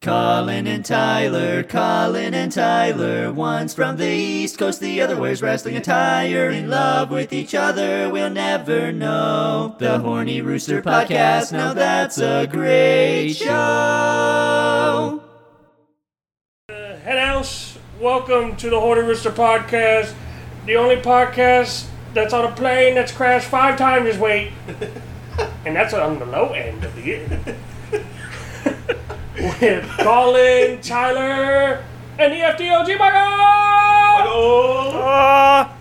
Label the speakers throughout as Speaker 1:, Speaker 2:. Speaker 1: Colin and Tyler, Colin and Tyler. One's from the East Coast, the other wears wrestling attire. In love with each other, we'll never know. The Horny Rooster Podcast, now that's a great show.
Speaker 2: Head House, welcome to the Hoarder Rooster Podcast, the only podcast that's on a plane that's crashed five times its weight. and that's on the low end of the year. With Colin, Tyler, and the FDOG Mago!
Speaker 3: Oh,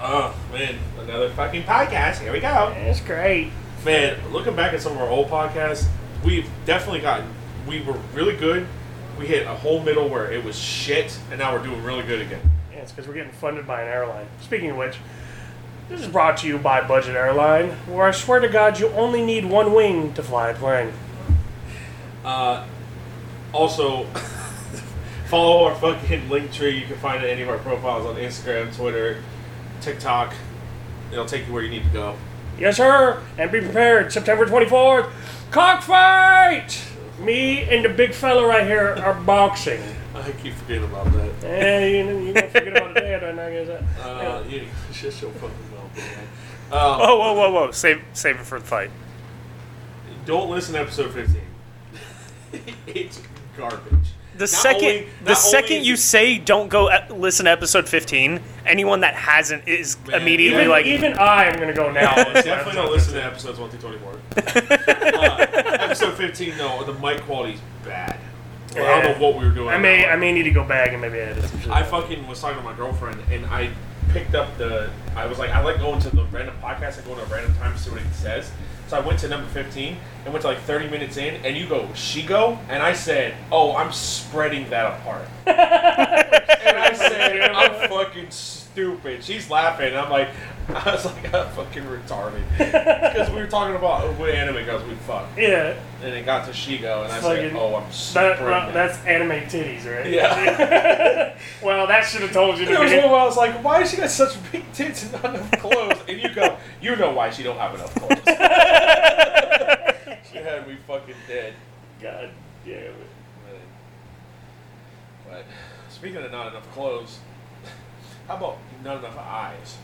Speaker 2: Oh,
Speaker 3: man, another fucking podcast. Here we go.
Speaker 2: that's great.
Speaker 3: Man, looking back at some of our old podcasts, we've definitely gotten, we were really good. We hit a whole middle where it was shit, and now we're doing really good again.
Speaker 2: Yeah, it's because we're getting funded by an airline. Speaking of which, this is brought to you by Budget Airline, where I swear to God you only need one wing to fly a plane.
Speaker 3: Also, follow our fucking link tree. You can find any of our profiles on Instagram, Twitter, TikTok. It'll take you where you need to go.
Speaker 2: Yes, sir. And be prepared. September 24th, cockfight! Me and the big fella right here are boxing.
Speaker 3: I keep forgetting about that.
Speaker 2: Eh, you know, you gonna forget about it later, and I guess that.
Speaker 3: Uh, you shit so fucking well. man.
Speaker 4: Whoa, whoa, whoa, whoa! Save, save it for the fight.
Speaker 3: Don't listen to episode 15. it's garbage.
Speaker 4: The second, the second you say don't go e- listen to episode fifteen, anyone that hasn't is
Speaker 3: Man,
Speaker 4: immediately
Speaker 2: even,
Speaker 4: like,
Speaker 2: even I am gonna go now.
Speaker 3: Oh, Definitely don't listen to episodes 1 through 24. uh, episode 15, though, the mic quality's bad. Well, I don't know what we were doing.
Speaker 2: I
Speaker 3: on
Speaker 2: may,
Speaker 3: that
Speaker 2: I
Speaker 3: one.
Speaker 2: may need to go back and maybe edit some shit.
Speaker 3: I fucking was talking to my girlfriend, and I picked up the. I was like, I like going to the random podcast. I go to a random time to see what it says. So I went to number 15 and went to like 30 minutes in, and you go, she go? And I said, oh, I'm spreading that apart. and I said, I'm fucking stupid. She's laughing. and I'm like, I was like, I'm fucking retarded. Because we were talking about what anime goes we fuck.
Speaker 2: Yeah,
Speaker 3: And it got to Shigo, and I
Speaker 2: Fucking-
Speaker 3: said, oh, I'm spreading
Speaker 2: that, well, that's anime titties, right?
Speaker 3: Yeah.
Speaker 2: well, that should have told you.
Speaker 3: There
Speaker 2: To
Speaker 3: was
Speaker 2: be.
Speaker 3: one where I was like, why has she got such big tits and not enough clothes? And you go, you know why she don't have enough clothes. she had me fucking dead.
Speaker 2: God damn it.
Speaker 3: But speaking of not enough clothes, how about not enough eyes?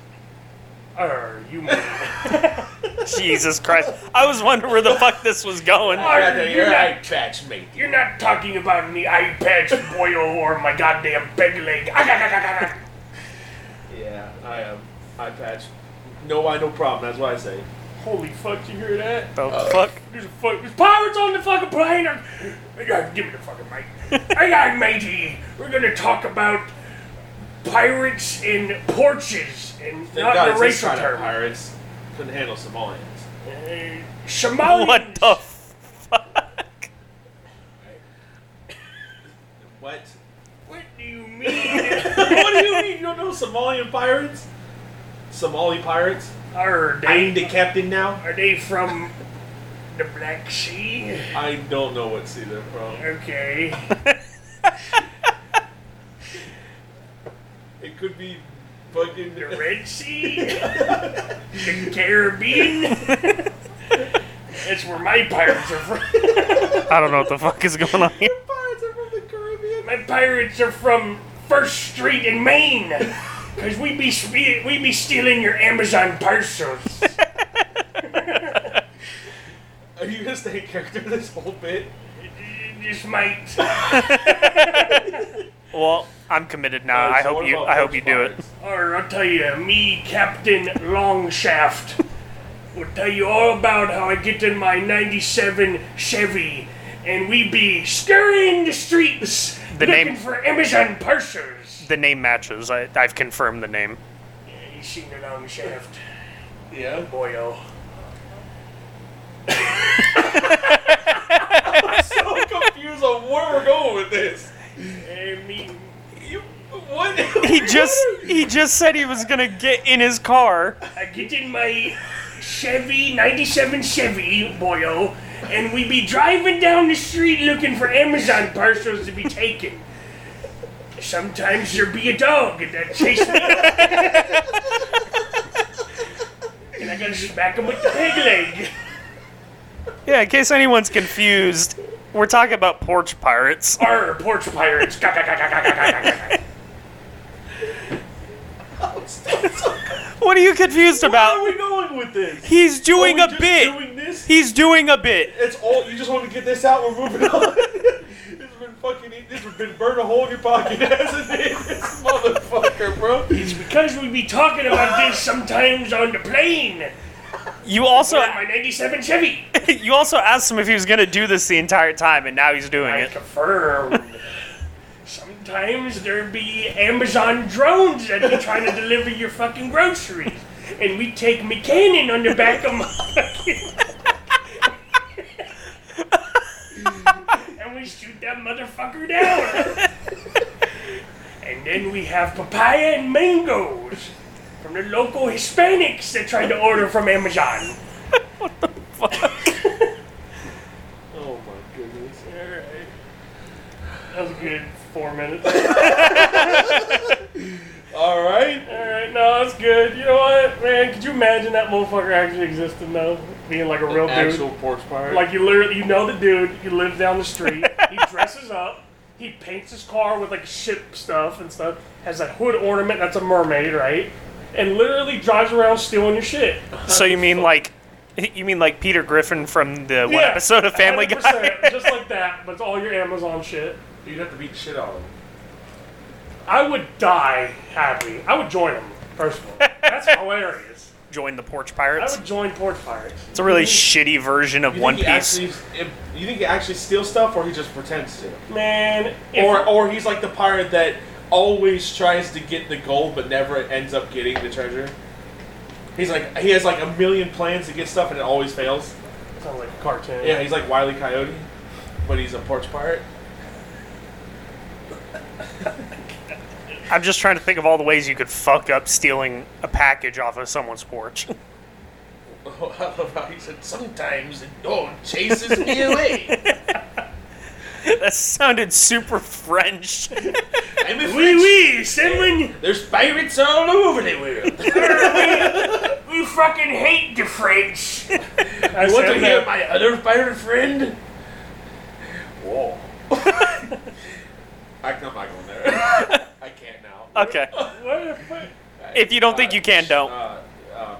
Speaker 2: Arr, you mother-
Speaker 4: Jesus Christ! I was wondering where the fuck this was going.
Speaker 2: Arr, you're not-
Speaker 3: eye patch, mate.
Speaker 2: You're not talking about me eye patch, boyo, or my goddamn peg leg. Ah,
Speaker 3: Yeah, I am. Eye patch. No eye, no problem. That's what I say.
Speaker 2: Holy fuck, you hear that?
Speaker 4: The fuck?
Speaker 2: There's a fuck. There's pirates on the fucking plane. I'm- Hey, guys, Give me the fucking mic. hey, guys, matey. We're gonna talk about pirates in porches and
Speaker 3: Thank
Speaker 2: not
Speaker 3: God
Speaker 2: in a
Speaker 3: it's racial
Speaker 2: racial term.
Speaker 3: pirates couldn't handle Somalians.
Speaker 2: Uh, Somalians.
Speaker 4: What the fuck?
Speaker 3: What?
Speaker 2: What do you mean?
Speaker 3: what do you mean you don't know Somalian pirates? Somali pirates?
Speaker 2: Are
Speaker 3: I'm
Speaker 2: they?
Speaker 3: the captain now.
Speaker 2: Are they from the Black Sea?
Speaker 3: I don't know what sea they're from.
Speaker 2: Okay.
Speaker 3: It could be fucking.
Speaker 2: The Red Sea, the Caribbean. That's where my pirates are from.
Speaker 4: I don't know what the fuck is going on here.
Speaker 3: Pirates are from the Caribbean.
Speaker 2: My pirates are from First Street in Maine. Cause we be spe- we be stealing your Amazon parcels.
Speaker 3: Are you gonna stay in character this whole bit?
Speaker 2: This might.
Speaker 4: Well, I'm committed now. I
Speaker 3: So
Speaker 4: hope
Speaker 3: what
Speaker 4: you.
Speaker 3: about
Speaker 4: I hope
Speaker 3: horse
Speaker 4: you do it.
Speaker 3: pirates?
Speaker 2: Or I'll tell you, uh, me Captain Longshaft will tell you all about how I get in my '97 Chevy and we be scurrying the streets
Speaker 4: The
Speaker 2: looking
Speaker 4: name-
Speaker 2: for Amazon parcels.
Speaker 4: The name matches. I, I've confirmed the name.
Speaker 2: You seen the long shaft,
Speaker 3: Yeah.
Speaker 2: boyo.
Speaker 3: I'm confused on where we're going with this.
Speaker 2: I mean,
Speaker 3: You what?
Speaker 4: He just. He just said he was gonna get in his car.
Speaker 2: I get in uh, my Chevy, 97 Chevy, boyo, and we be driving down the street looking for Amazon parcels to be taken. Sometimes there be a dog that chase me. and I gotta smack him with the pig leg.
Speaker 4: Yeah, in case anyone's confused, We're talking about porch pirates.
Speaker 2: Arr, porch pirates. Ga, ga, ga, ga, ga, ga, ga, ga, ga.
Speaker 4: What are you confused
Speaker 3: Where are
Speaker 4: about?
Speaker 3: we going with this?
Speaker 4: He's doing
Speaker 3: Are
Speaker 4: a
Speaker 3: we just
Speaker 4: bit.
Speaker 3: Doing this?
Speaker 4: He's doing a bit.
Speaker 3: It's all. You just want to get this out. We're moving on. this has been fucking. e, This has been burn a hole in your pocket, hasn't it? This motherfucker, bro.
Speaker 2: It's because we be talking about this sometimes on the plane.
Speaker 4: You also
Speaker 2: Like my 97 Chevy.
Speaker 4: you also asked him if he was gonna do this the entire time, and now he's doing
Speaker 2: I
Speaker 4: it.
Speaker 2: confirm. Sometimes there be Amazon drones that be trying to deliver your fucking groceries. And we take McCannon on the back of my. and we shoot that motherfucker down. and then we have papaya and mangoes from the local Hispanics that tried to order from Amazon.
Speaker 3: Oh my goodness. Alright.
Speaker 2: That was a good four minutes.
Speaker 3: Alright.
Speaker 2: Alright, no, that's good. You know what, man? Could you imagine that motherfucker actually existed though? Being like a real
Speaker 3: Actual
Speaker 2: dude.
Speaker 3: porch pirate.
Speaker 2: Like you literally you know the dude, he lives down the street, he dresses up, he paints his car with like ship stuff and stuff, has that hood ornament that's a mermaid, right? And literally drives around stealing your shit.
Speaker 4: So you mean like you mean like Peter Griffin from the one episode of Family Guy?
Speaker 2: 100%, just like that, but it's all your Amazon shit.
Speaker 3: you'd have to beat the shit out of him.
Speaker 2: I would die happy. I would join him, first of all. That's hilarious.
Speaker 4: Join the Porch
Speaker 2: I
Speaker 4: Pirates.
Speaker 2: would join Porch Pirates.
Speaker 4: It's a really shitty version of
Speaker 3: You
Speaker 4: One
Speaker 3: think
Speaker 4: Piece.
Speaker 3: he Actually, if, you think he actually steals stuff, or he just pretends to?
Speaker 2: Man, if-
Speaker 3: Or or he's like the pirate that always tries to get the gold but never ends up getting the treasure. He's like he has like a million plans to get stuff and it always fails.
Speaker 2: Sounds like a cartoon.
Speaker 3: Yeah, he's like Wiley Coyote, but he's a porch pirate.
Speaker 4: I'm just trying to think of all the ways you could fuck up stealing a package off of someone's porch.
Speaker 3: Oh, I love how he said sometimes the dog chases me away.
Speaker 4: that sounded super French.
Speaker 3: I'm a
Speaker 2: Wee
Speaker 3: French-
Speaker 2: wee, someone,
Speaker 3: There's pirates all over the world.
Speaker 2: we fucking hate the French. I
Speaker 3: You want to
Speaker 2: said
Speaker 3: hear
Speaker 2: that.
Speaker 3: my other pirate friend? Whoa. I, I'm not going there. I can't now.
Speaker 4: Okay.
Speaker 2: What the fuck?
Speaker 4: If you don't think you can, don't.
Speaker 3: Uh, um,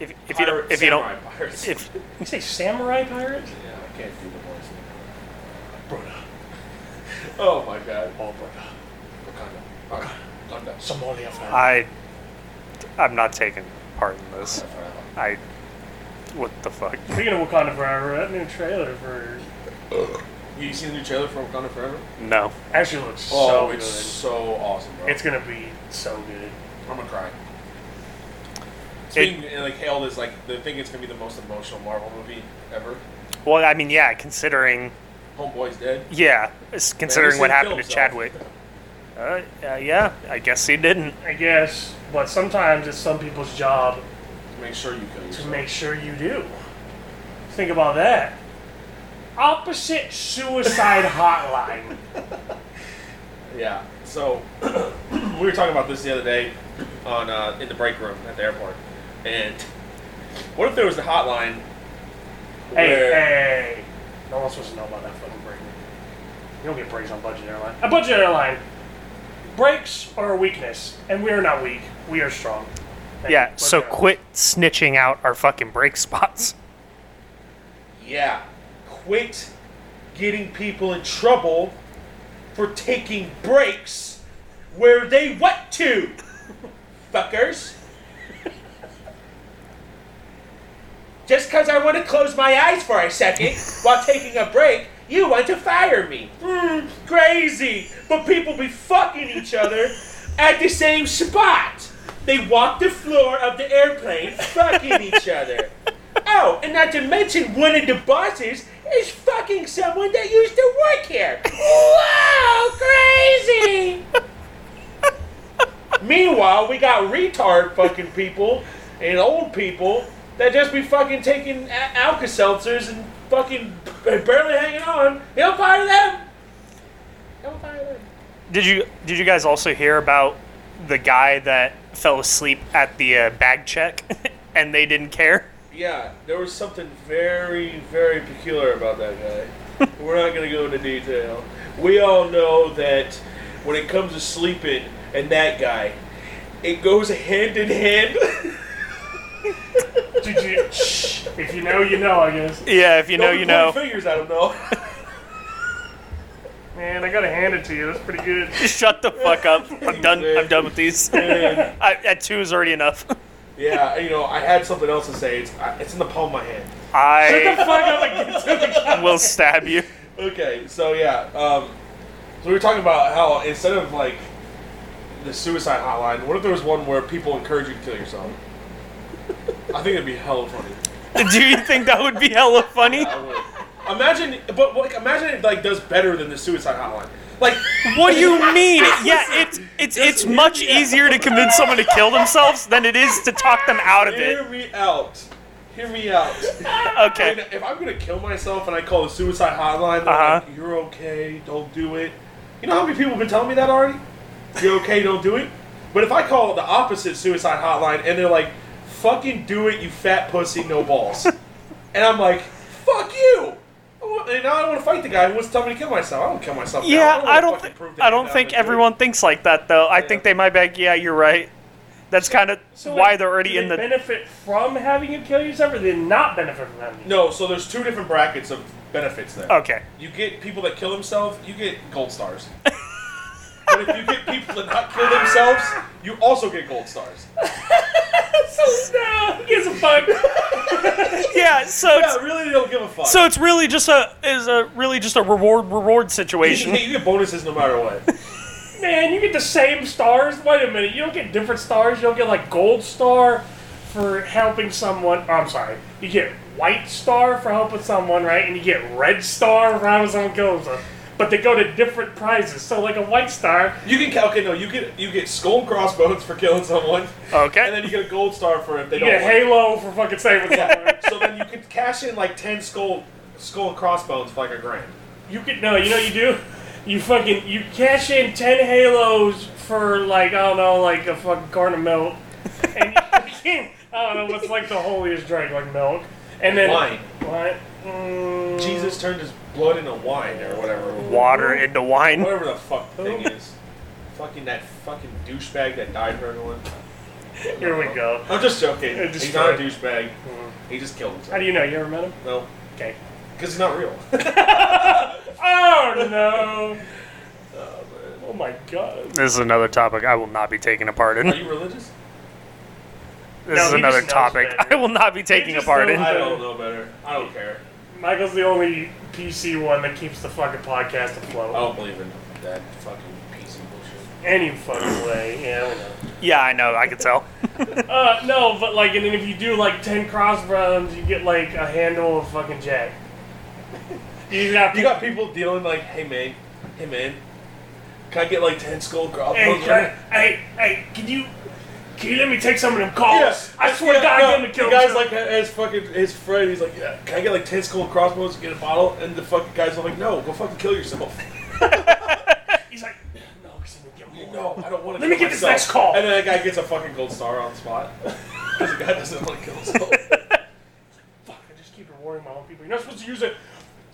Speaker 4: If, if you don't,
Speaker 3: pirate
Speaker 4: if you don't,
Speaker 3: samurai pirates.
Speaker 4: if
Speaker 2: You say samurai pirates?
Speaker 3: yeah, I can't do the voice. Brother. Oh my god. Oh, brother. Wakanda. Wakanda. Wakanda.
Speaker 2: Somalia pirates.
Speaker 4: I, I'm not taking part in this. I, what the fuck?
Speaker 2: Speaking of Wakanda Forever, that new trailer for
Speaker 3: You seen the new trailer for Wakanda Forever?
Speaker 4: No.
Speaker 2: actually looks
Speaker 3: Oh,
Speaker 2: so
Speaker 3: it's so awesome, bro.
Speaker 2: good. It's gonna be so good.
Speaker 3: I'm gonna cry. It's being and, like hailed as like the thing. It's gonna be the most emotional Marvel movie ever.
Speaker 4: Well, I mean, yeah. Considering,
Speaker 3: Homeboy's dead.
Speaker 4: yeah, it's considering
Speaker 3: seen
Speaker 4: what
Speaker 3: him
Speaker 4: happened
Speaker 3: kill
Speaker 4: to
Speaker 3: himself.
Speaker 4: Chadwick. Uh, uh, yeah, I guess he didn't.
Speaker 2: I guess, but sometimes it's some people's job
Speaker 3: Make sure you kill
Speaker 2: to
Speaker 3: yourself.
Speaker 2: make sure you do. Think about that. Opposite suicide hotline.
Speaker 3: Yeah. So we were talking about this the other day on uh, in the break room at the airport, and what if there was a hotline?
Speaker 2: Hey,
Speaker 3: where-
Speaker 2: hey, hey, no one's supposed to know about that fucking break. You don't get breaks on budget airline. A budget airline, breaks are a weakness, and we are not weak. We are strong. Thank you,
Speaker 4: Yeah.
Speaker 2: budget
Speaker 4: So
Speaker 2: airline.
Speaker 4: quit snitching out our fucking break spots.
Speaker 3: Yeah. Quit getting people in trouble for taking breaks where they want to, fuckers. Just because I want to close my eyes for a second while taking a break, you want to fire me. Hmm, crazy. But people be fucking each other at the same spot. They walk the floor of the airplane fucking each other. Oh, and not to mention one of the bosses is fucking someone that used to work here. Whoa, crazy! Meanwhile, we got retard fucking people and old people that just be fucking taking a- Alka Seltzers and fucking barely hanging on. They'll fire them! They'll fire them.
Speaker 4: Did you did you guys also hear about the guy that fell asleep at the uh, bag check and they didn't care?
Speaker 3: Yeah, there was something very, very peculiar about that guy. We're not going to go into detail. We all know that when it comes to sleeping and that guy, it goes hand in hand.
Speaker 2: Did you? Shh. If you know, you know. I guess.
Speaker 4: Yeah, if you know,
Speaker 3: Don't
Speaker 4: you
Speaker 3: point
Speaker 4: know.
Speaker 3: Fingers, I don't know.
Speaker 2: Man, I gotta hand it to you. That's pretty good.
Speaker 4: Shut the fuck up. I'm done. I'm done with these.
Speaker 3: And,
Speaker 4: I, at two is already enough.
Speaker 3: yeah, you know, I had something else to say. It's, I- it's in the palm of my hand.
Speaker 4: I
Speaker 2: Fuck, I'm like, get to the-
Speaker 4: will stab you.
Speaker 3: Okay, so yeah, um, so we were talking about how instead of like the suicide hotline, what if there was one where people encourage you to kill yourself? I think it'd be hella funny.
Speaker 4: Do you think that would be hella funny?
Speaker 3: I would. Imagine, but like, imagine it like does better than the suicide hotline. Like,
Speaker 4: What do you mean? Yeah, it's it's it's much easier to convince someone to kill themselves than it is to talk them out of
Speaker 3: hear
Speaker 4: it.
Speaker 3: me out. Hear me out. And
Speaker 4: Okay.
Speaker 3: if I'm gonna kill myself and I call the suicide hotline, they're
Speaker 4: Uh-huh.
Speaker 3: like, "You're okay. Don't do it." You know how many people have been telling me that already? You're okay. Don't do it. But if I call the opposite suicide hotline and they're like, "Fucking do it, you fat pussy, no balls," and I'm like, "Fuck you." I want- And now I want to fight the guy who wants to tell me to kill myself. I don't kill myself. now.
Speaker 4: Yeah, I
Speaker 3: wanna
Speaker 4: don't
Speaker 3: fucking
Speaker 4: think
Speaker 3: prove that
Speaker 4: I
Speaker 3: you're
Speaker 4: don't
Speaker 3: not gonna
Speaker 4: think
Speaker 3: do it.
Speaker 4: everyone thinks like that though. I think
Speaker 3: Yeah.
Speaker 4: they might be like, yeah, you're right. That's kind of
Speaker 2: So,
Speaker 4: why
Speaker 2: like,
Speaker 4: they're already
Speaker 2: do
Speaker 4: in
Speaker 2: they
Speaker 4: the.
Speaker 2: benefit from having you kill yourself, or do they not benefit from having you?
Speaker 3: No, so there's two different brackets of benefits there.
Speaker 4: Okay.
Speaker 3: You get people that kill themselves, you get gold stars. but if you get people that not kill themselves, you also get gold stars.
Speaker 2: So no, who gives a fuck?
Speaker 4: Yeah. So it's,
Speaker 3: Yeah, really, they don't give a fuck.
Speaker 4: so it's really just a is a really just a reward reward
Speaker 3: you,
Speaker 4: situation.
Speaker 3: get- you get bonuses no matter what.
Speaker 2: Man, you get the same stars. Wait a minute, you don't get different stars. You don't get like gold star for helping someone. Oh, I'm sorry, you get white star for helping someone, right? And you get red star for helping someone kill themselves. But they go to different prizes. So like a white star,
Speaker 3: You can okay, no, you get you get skull and crossbones for killing someone,
Speaker 4: Okay.
Speaker 3: and then you get a gold star for if they
Speaker 2: you
Speaker 3: don't.
Speaker 2: get
Speaker 3: win.
Speaker 2: Halo for fucking saving someone.
Speaker 3: Yeah, So then you can cash in like ten skull skull and crossbones for like a grand.
Speaker 2: You could no, you know what you do. You fucking you cash in ten halos for like I don't know, like a fucking carton of milk, and you fucking, I don't know what's like the holiest drink, like milk, and then
Speaker 3: Wine.
Speaker 2: What? Mm,
Speaker 3: Jesus turned his blood into wine or whatever.
Speaker 4: Water into wine.
Speaker 3: Whatever the fuck the thing is. Fucking that fucking douchebag that died for everyone.
Speaker 2: Here we go.
Speaker 3: I'm just joking.
Speaker 2: It just
Speaker 3: He's not a
Speaker 2: tried.
Speaker 3: douchebag. He just killed himself.
Speaker 2: How do you know? You ever met him?
Speaker 3: No,
Speaker 2: Okay.
Speaker 3: because he's not real.
Speaker 2: Oh no. Oh my god.
Speaker 4: This is another topic I will not be taking a part in.
Speaker 3: Are
Speaker 4: This
Speaker 3: you religious?
Speaker 2: No,
Speaker 4: is
Speaker 2: he
Speaker 4: another
Speaker 2: just knows
Speaker 4: topic
Speaker 2: better.
Speaker 4: I will not be taking a
Speaker 2: just
Speaker 4: part
Speaker 2: knows
Speaker 4: in.
Speaker 3: I don't know better. I don't care.
Speaker 2: Michael's the only PC one that keeps the fucking podcast afloat.
Speaker 3: I don't believe in that fucking piece of bullshit.
Speaker 2: Any fucking way. Yeah, we know.
Speaker 4: Yeah, I know. I can tell.
Speaker 2: Uh, no, but like, and then if you do like ten crossbones, you get like a handle of fucking jack. you got,
Speaker 3: You got people dealing like, hey man, hey man, can I get like ten skull
Speaker 2: hey,
Speaker 3: crossbones?
Speaker 2: can I, hey, hey, can you, can you let me take some of them calls?
Speaker 3: Yes,
Speaker 2: I swear to God, I'm gonna kill
Speaker 3: The guy's
Speaker 2: him.
Speaker 3: like his fucking his friend. He's like, yeah, can I get like ten skull crossbones and get a bottle? And the fucking guys are like, no, go fucking kill yourself.
Speaker 2: he's like, no, cause I'm gonna get more.
Speaker 3: No, I don't want to.
Speaker 2: Let me get this next call.
Speaker 3: And then that guy gets a fucking gold star on the spot because the guy doesn't want to kill himself.
Speaker 2: Fuck, I just keep rewarding my own people. You're not supposed to use it.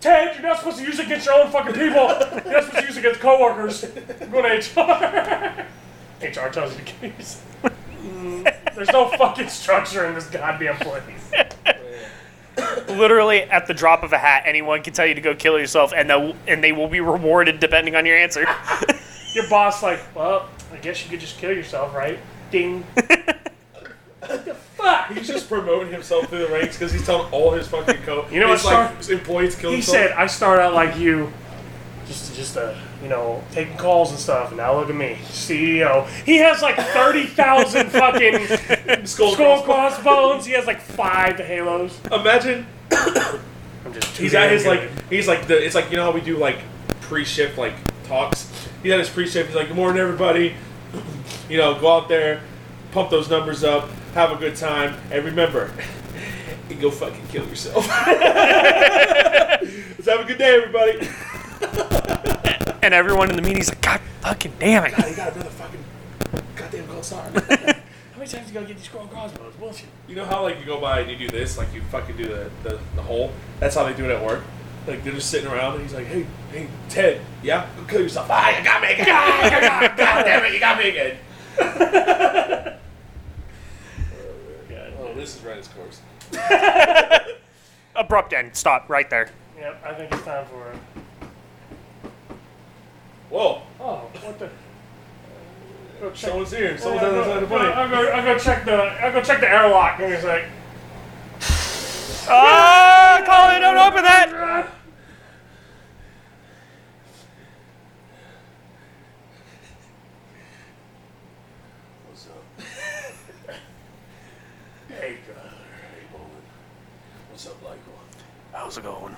Speaker 2: Ted, you're not supposed to use it against your own fucking people. You're not supposed to use it against coworkers. I'm going to HR. HR tells you to get use it. Mm, There's no fucking structure in this goddamn place.
Speaker 4: Literally, at the drop of a hat, anyone can tell you to go kill yourself, and they and they will be rewarded depending on your answer.
Speaker 2: Your boss like, well, I guess you could just kill yourself, right? Ding.
Speaker 3: He's just promoting himself through the ranks because he's telling all his fucking co.
Speaker 2: You know
Speaker 3: his,
Speaker 2: what,
Speaker 3: like employees kill
Speaker 2: He
Speaker 3: himself.
Speaker 2: said, I start out like you, just just uh, you know, taking calls and stuff. And now look at me, CEO. He has like thirty thousand fucking
Speaker 3: skull,
Speaker 2: skull
Speaker 3: crossbones."
Speaker 2: crossbones. He has like five halos.
Speaker 3: Imagine
Speaker 2: I'm just too
Speaker 3: he's at
Speaker 2: damn
Speaker 3: his like
Speaker 2: good.
Speaker 3: he's like the it's like you know how we do like pre-shift like talks. He's at his pre-shift. He's like, good morning, everybody. You know, go out there, pump those numbers up, have a good time, and remember, go fucking kill yourself. Let's have a good day, everybody.
Speaker 4: and everyone in the meeting's like, God fucking damn it.
Speaker 3: I got another fucking goddamn gold star.
Speaker 2: How many times you gotta get these skull crossbones? Bullshit.
Speaker 3: you know how like you go by and you do this, like you fucking do the, the, the hole? That's how they do it at work. Like they're just sitting around, and he's like, "Hey, hey, Ted, yeah, go kill yourself. Ah, you got me again. God, God, God damn it, you got me again." Oh,
Speaker 2: God.
Speaker 3: Oh, this is right as course.
Speaker 4: Abrupt end. Stop right there.
Speaker 2: Yep, I think it's time for it.
Speaker 3: Whoa,
Speaker 2: Oh, what the? Go check-
Speaker 3: someone's here.
Speaker 2: I'll
Speaker 3: Someone's on the other side
Speaker 2: go,
Speaker 3: of the plane.
Speaker 2: I'll go, I'll go check the I'll go check the airlock and he's like
Speaker 4: Ah, Colin, don't open that.
Speaker 2: "Ah."
Speaker 3: What's up?
Speaker 2: Hey God.
Speaker 3: Hey, Bowman. What's up, Michael?
Speaker 4: How's it going?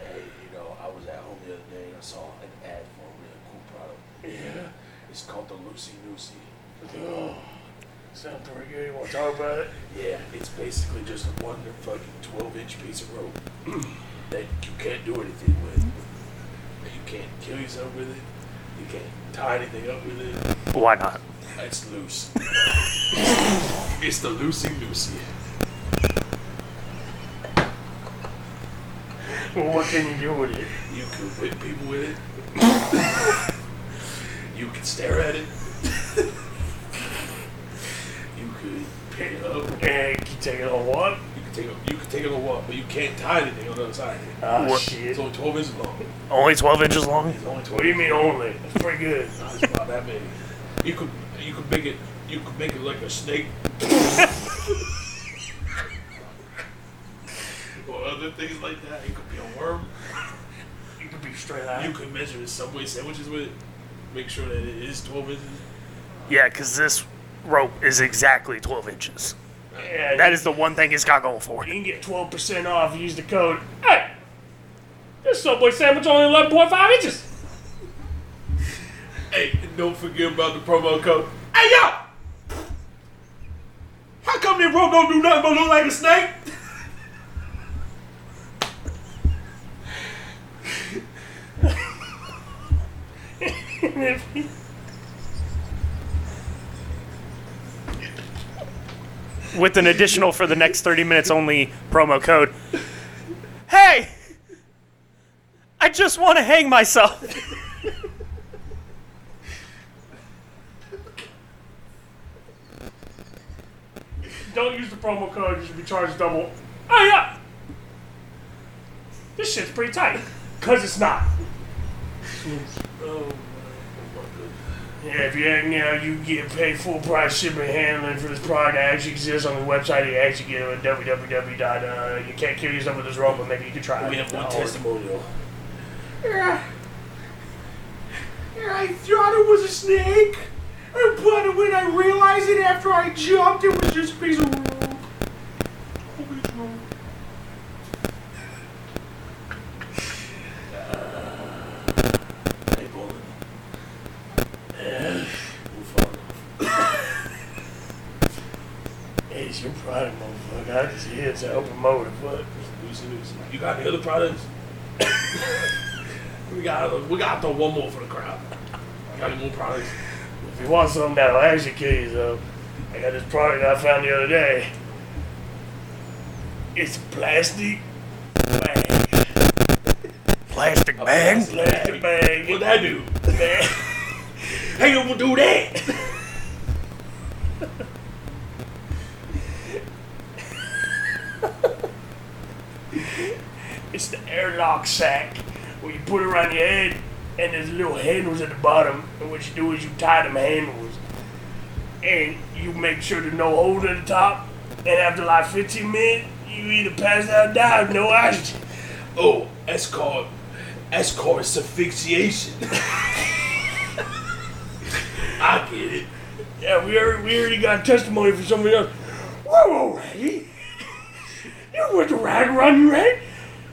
Speaker 3: Hey, you know, I was at home the other day and I saw an ad for a really cool product. Yeah. It's called the Lucy Noosey.
Speaker 2: Sounds pretty good, you wanna talk about it?
Speaker 3: Yeah, it's basically just a one fucking 12 inch piece of rope that you can't do anything with. You can't kill yourself with it. You can't tie anything up with it.
Speaker 4: Why not?
Speaker 3: It's loose. it's the Lucy Noosey.
Speaker 2: Well what can you do with it?
Speaker 3: You can whip people with it. you can stare at it. you could pick it up.
Speaker 2: And you take it on what?
Speaker 3: You can take a you can take it on walk, but you can't tie anything on the other side.
Speaker 2: Ah
Speaker 4: What?
Speaker 2: shit.
Speaker 3: It's only twelve inches long.
Speaker 4: Only 12 inches long?
Speaker 3: It's only
Speaker 2: What
Speaker 3: twelve.
Speaker 2: do you mean only? That's pretty good.
Speaker 3: It's about that big. You could you could make it you could make it like a snake. or other things like that. It could be a worm.
Speaker 2: You could be straight
Speaker 3: You
Speaker 2: out.
Speaker 3: could measure subway sandwiches with it. Make sure that it is twelve inches.
Speaker 4: Yeah, because this rope is exactly 12 inches.
Speaker 2: Yeah,
Speaker 4: That is the one thing it's got going for
Speaker 2: You
Speaker 4: it.
Speaker 2: can get 12% off. Use the code. Hey! This Subway sandwich only 11.5 inches.
Speaker 3: Hey, and don't forget about the promo code. Hey yo! How come your bro don't do nothing but look like a snake?
Speaker 4: With an additional for the next 30 minutes only promo code. Hey! I just want to hang myself.
Speaker 2: Don't use the promo code. You should be charged double. Oh, yeah! This shit's pretty tight. Because it's not.
Speaker 3: Oh my god.
Speaker 2: Yeah, if you hadn't, you know, you get paid full price shipping and handling for this product that actually exists on the website. You actually get it at www. dot, Uh, you can't kill yourself with this robot. Maybe you can try it.
Speaker 3: We have one
Speaker 2: Oh,
Speaker 3: testimonial. Yeah. I thought it was a snake, but when I realized it after I jumped, it was just a piece of rope. Ah, Hey, Bolin. Move on.
Speaker 2: Hey, it's your product, motherfucker. I just here to help promote it, but.
Speaker 3: Lucy, Lucy. You got any other products? we got we got to throw one more for the crowd. You got any more products?
Speaker 2: If you want something that'll actually kill you, though, I got this product I found the other day. It's plastic bag.
Speaker 4: Plastic bag?
Speaker 2: Plastic
Speaker 3: What
Speaker 2: bag.
Speaker 3: that do? Hey, you will do that.
Speaker 2: It's the airlock sack where you put around your head, and there's little handles at the bottom. And what you do is you tie them handles, and you make sure there's no hole at the top. And after like 15 minutes, you either pass out or die with no oxygen.
Speaker 3: Oh, that's called that's called asphyxiation. I get it.
Speaker 2: Yeah, we already, we already got testimony from somebody else. Whoa, already? You went to ride run red,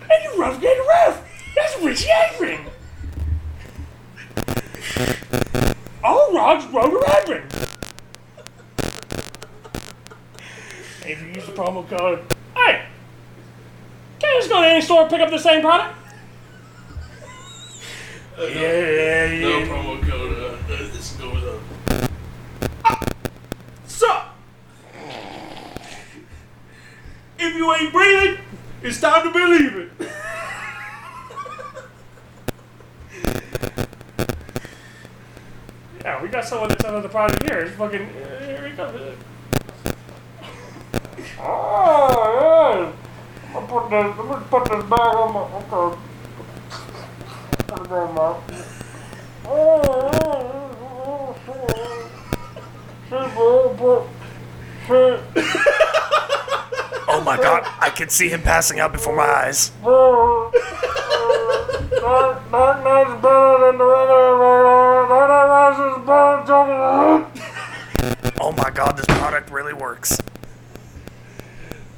Speaker 2: and you roughed that rough. That's Richie Akron. All rods road to Akron. If you use the promo code, hey, can I just go to any store and pick up the same product? Yeah, yeah,
Speaker 3: No
Speaker 2: yeah.
Speaker 3: promo code. Uh, uh, this goes up.
Speaker 2: Sup? If you ain't breathing, it's time to believe it. now. We got someone that's another product here. It's fucking. uh, Here we go. Oh, yeah. I'm putting this, I'm gonna put this back on my. Okay. Put it on my. Oh, yeah, yeah, yeah, yeah. See, bro, but. See.
Speaker 4: Oh my god, I can see him passing out before my eyes.
Speaker 2: Dark Knight's better than the regular Rider. Rider Rice is better than the
Speaker 4: Oh my god, this product really works.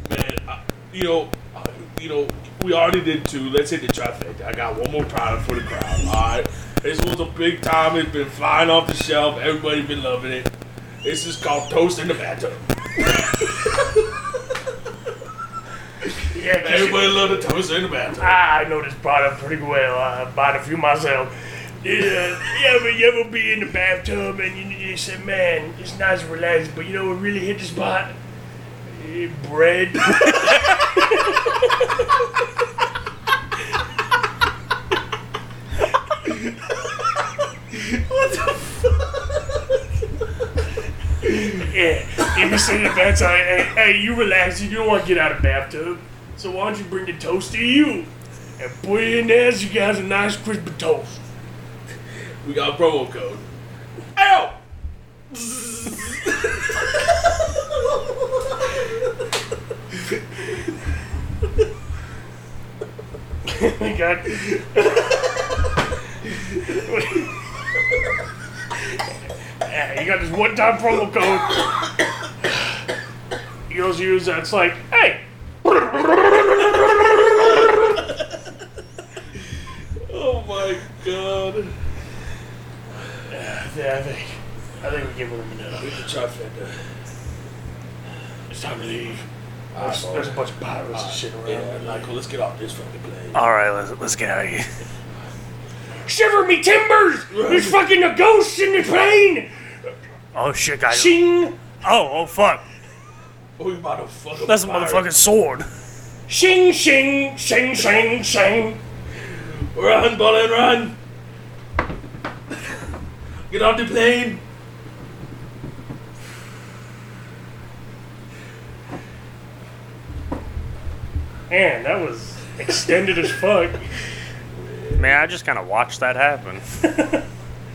Speaker 3: Man, uh, you know, uh, you know, we already did two. Let's hit the trifecta. I got one more product for the crowd. All right, this was a big time. It's been flying off the shelf. Everybody been loving it. This is called toast in the bathtub.
Speaker 5: Yeah, 'cause
Speaker 3: Everybody love the toast in the bathtub.
Speaker 5: I know this product pretty well. I bought a few myself. Yeah, you ever, you ever be in the bathtub and you, you say, man, it's nice and relaxed, but you know what really hit the spot? Eh, Bread.
Speaker 2: Yeah,
Speaker 5: If you sit in the bathtub, hey, hey, you relax. You don't want to get out of bathtub. So why don't you bring the toast to you and put it in there so you guys a nice crispy toast.
Speaker 3: We got a promo code. Ow!
Speaker 2: we got. Yeah, you got this one-time promo code. You also use that. It's like, hey,
Speaker 3: Oh my god.
Speaker 5: Yeah, I think, I think we give them enough.
Speaker 3: Hit the trifecta.
Speaker 5: It's time to leave. There's,
Speaker 3: Alright,
Speaker 5: there's a bunch of pirates and shit around.
Speaker 3: Yeah, Michael, let's get off this fucking plane.
Speaker 4: Alright, let's, let's get out of here.
Speaker 5: Shiver me timbers! There's fucking a ghost in the plane!
Speaker 4: Oh shit, guys.
Speaker 5: Shing!
Speaker 4: Oh, oh fuck.
Speaker 3: Oh, we about to fuck
Speaker 4: That's a
Speaker 3: pirate.
Speaker 4: motherfucking sword.
Speaker 5: Shing, shing, shing, shing, shing.
Speaker 3: Run, Bolin, run! Get off the plane!
Speaker 2: man, that was extended as fuck.
Speaker 4: Man, I just kind of watched that happen.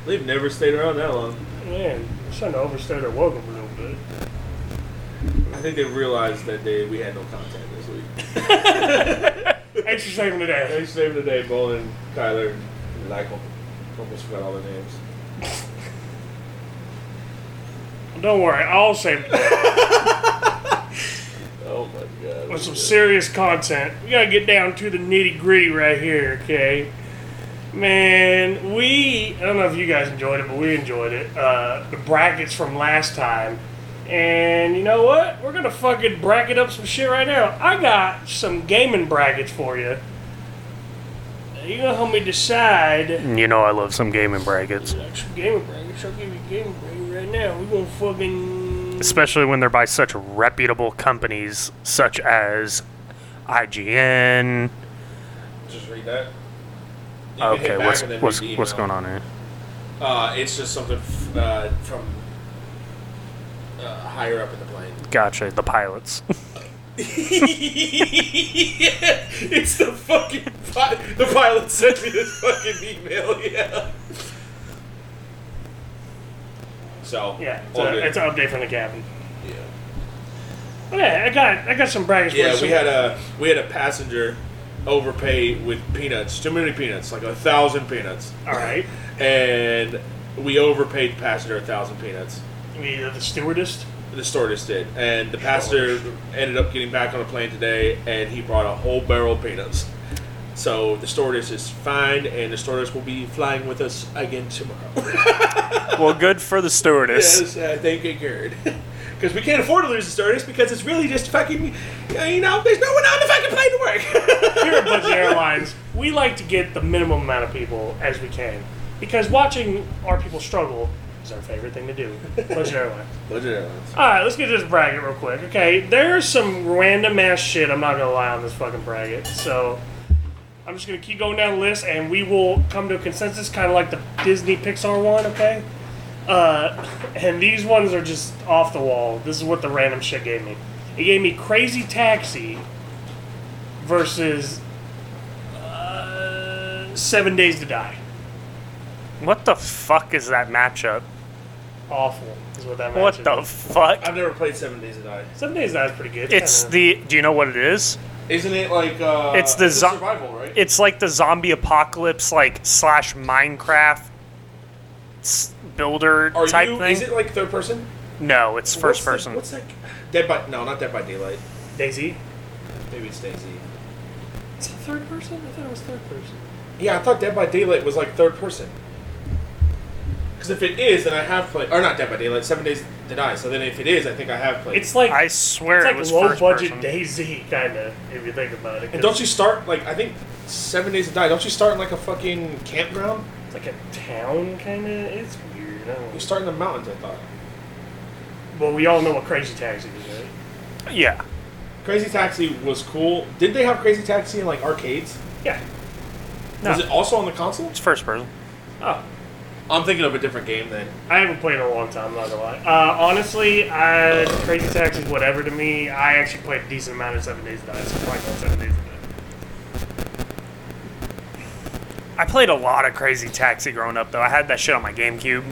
Speaker 3: They've never stayed around that long.
Speaker 2: Man, I'm trying to overstay their welcome a little bit.
Speaker 3: I think they realized that they we had no contact this week.
Speaker 2: Extra saving today.
Speaker 3: Thanks for saving the day, Bolin, Kyler, and Michael. Almost forgot all their names.
Speaker 2: Don't worry, I'll save it
Speaker 3: Oh my god.
Speaker 2: with some serious content. We gotta get down to the nitty gritty right here, okay? Man, we I don't know if you guys enjoyed it, but we enjoyed it. Uh, the brackets from last time. And you know what? We're gonna fucking bracket up some shit right now. I got some gaming brackets for you. You gonna help me decide
Speaker 4: You know I love some gaming brackets.
Speaker 2: Actual gaming brackets. I'll give you gaming brackets right now. We're gonna fucking
Speaker 4: Especially when they're by such reputable companies such as IGN.
Speaker 3: Just read that. You can hit
Speaker 4: Okay,
Speaker 3: back
Speaker 4: what's
Speaker 3: and then
Speaker 4: what's
Speaker 3: read the
Speaker 4: what's
Speaker 3: email.
Speaker 4: going on here?
Speaker 3: Uh, it's just something f- uh, from uh, higher up in the plane.
Speaker 4: Gotcha, the pilots.
Speaker 3: yeah, it's the fucking pi- the pilot sent me this fucking email. Yeah. So
Speaker 2: Yeah, it's,
Speaker 3: all
Speaker 2: a,
Speaker 3: good.
Speaker 2: it's an update from the cabin.
Speaker 3: yeah.
Speaker 2: Yeah, I got I got some brackets. for
Speaker 3: Yeah,
Speaker 2: you.
Speaker 3: we had a we had a passenger overpay with peanuts, too many peanuts, like a thousand peanuts,
Speaker 2: all right.
Speaker 3: and we overpaid the passenger a thousand peanuts.
Speaker 2: We uh, the stewardess.
Speaker 3: The stewardess did, and the passenger ended up getting back on the plane today, and he brought a whole barrel of peanuts. So the stewardess is fine, and the stewardess will be flying with us again tomorrow.
Speaker 4: well, good for the
Speaker 3: yes,
Speaker 4: stewardess.
Speaker 3: uh, thank you, Gerd. Because we can't afford to lose the stewardess because it's really just fucking, uh, you know, there's no one on the fucking plane to work.
Speaker 2: Here at Budget Airlines, we like to get the minimum amount of people as we can because watching our people struggle is our favorite thing to do. Budget Airlines.
Speaker 3: Budget airlines.
Speaker 2: All right, let's get this bracket real quick. Okay, there's some random ass shit. I'm not gonna lie on this fucking bracket. So I'm just gonna keep going down the list, and we will come to a consensus, kind of like the Disney Pixar one. Okay. Uh, and these ones are just off the wall. This is what the random shit gave me. It gave me Crazy Taxi versus uh, Seven Days to Die.
Speaker 4: What the fuck is that matchup?
Speaker 2: Awful is what that
Speaker 4: What
Speaker 2: matchup
Speaker 4: the
Speaker 2: is.
Speaker 4: fuck?
Speaker 3: I've never played Seven Days to Die.
Speaker 2: Seven Days to Die is pretty good.
Speaker 4: It's
Speaker 2: kinda-
Speaker 4: the. Do you know what it is?
Speaker 3: Isn't it like uh?
Speaker 4: It's the
Speaker 3: a
Speaker 4: zo-
Speaker 3: survival, right?
Speaker 4: It's like the zombie apocalypse, like slash Minecraft s- builder
Speaker 3: Are
Speaker 4: type
Speaker 3: you?
Speaker 4: thing.
Speaker 3: Is it like third person?
Speaker 4: no, it's
Speaker 3: What's
Speaker 4: first
Speaker 3: the-
Speaker 4: person.
Speaker 3: what's that? Dead by no, not Dead by Daylight.
Speaker 2: Daisy.
Speaker 3: Maybe it's Daisy.
Speaker 2: It's third person. I thought it was third person.
Speaker 3: Yeah, I thought Dead by Daylight was like third person. Because if it is, then I have played, or not Dead by Daylight, Seven Days to Die. So then if it is, I think I have played.
Speaker 2: It's like
Speaker 4: I
Speaker 2: it's
Speaker 4: swear
Speaker 2: like
Speaker 4: it was
Speaker 2: low
Speaker 4: first
Speaker 2: budget
Speaker 4: person.
Speaker 2: Daisy kind of if you think about it.
Speaker 3: and
Speaker 2: 'cause
Speaker 3: don't you start like I think Seven Days to Die? Don't you start in like a fucking campground?
Speaker 2: It's like a town kind of. It's weird. I don't know.
Speaker 3: You start in the mountains, I thought.
Speaker 2: Well, we all know what Crazy Taxi is, right?
Speaker 4: Yeah.
Speaker 3: Crazy Taxi was cool. Did they have Crazy Taxi in like arcades?
Speaker 2: Yeah.
Speaker 4: No.
Speaker 3: Was it also on the console?
Speaker 4: It's first person.
Speaker 2: Oh,
Speaker 3: I'm thinking of a different game then.
Speaker 2: I haven't played in a long time. Not gonna lie. Uh, honestly, I, Crazy Taxi is whatever to me. I actually played a decent amount of Seven Days to Die. So probably not Seven Days to Die.
Speaker 4: I played a lot of Crazy Taxi growing up, though. I had that shit on my GameCube,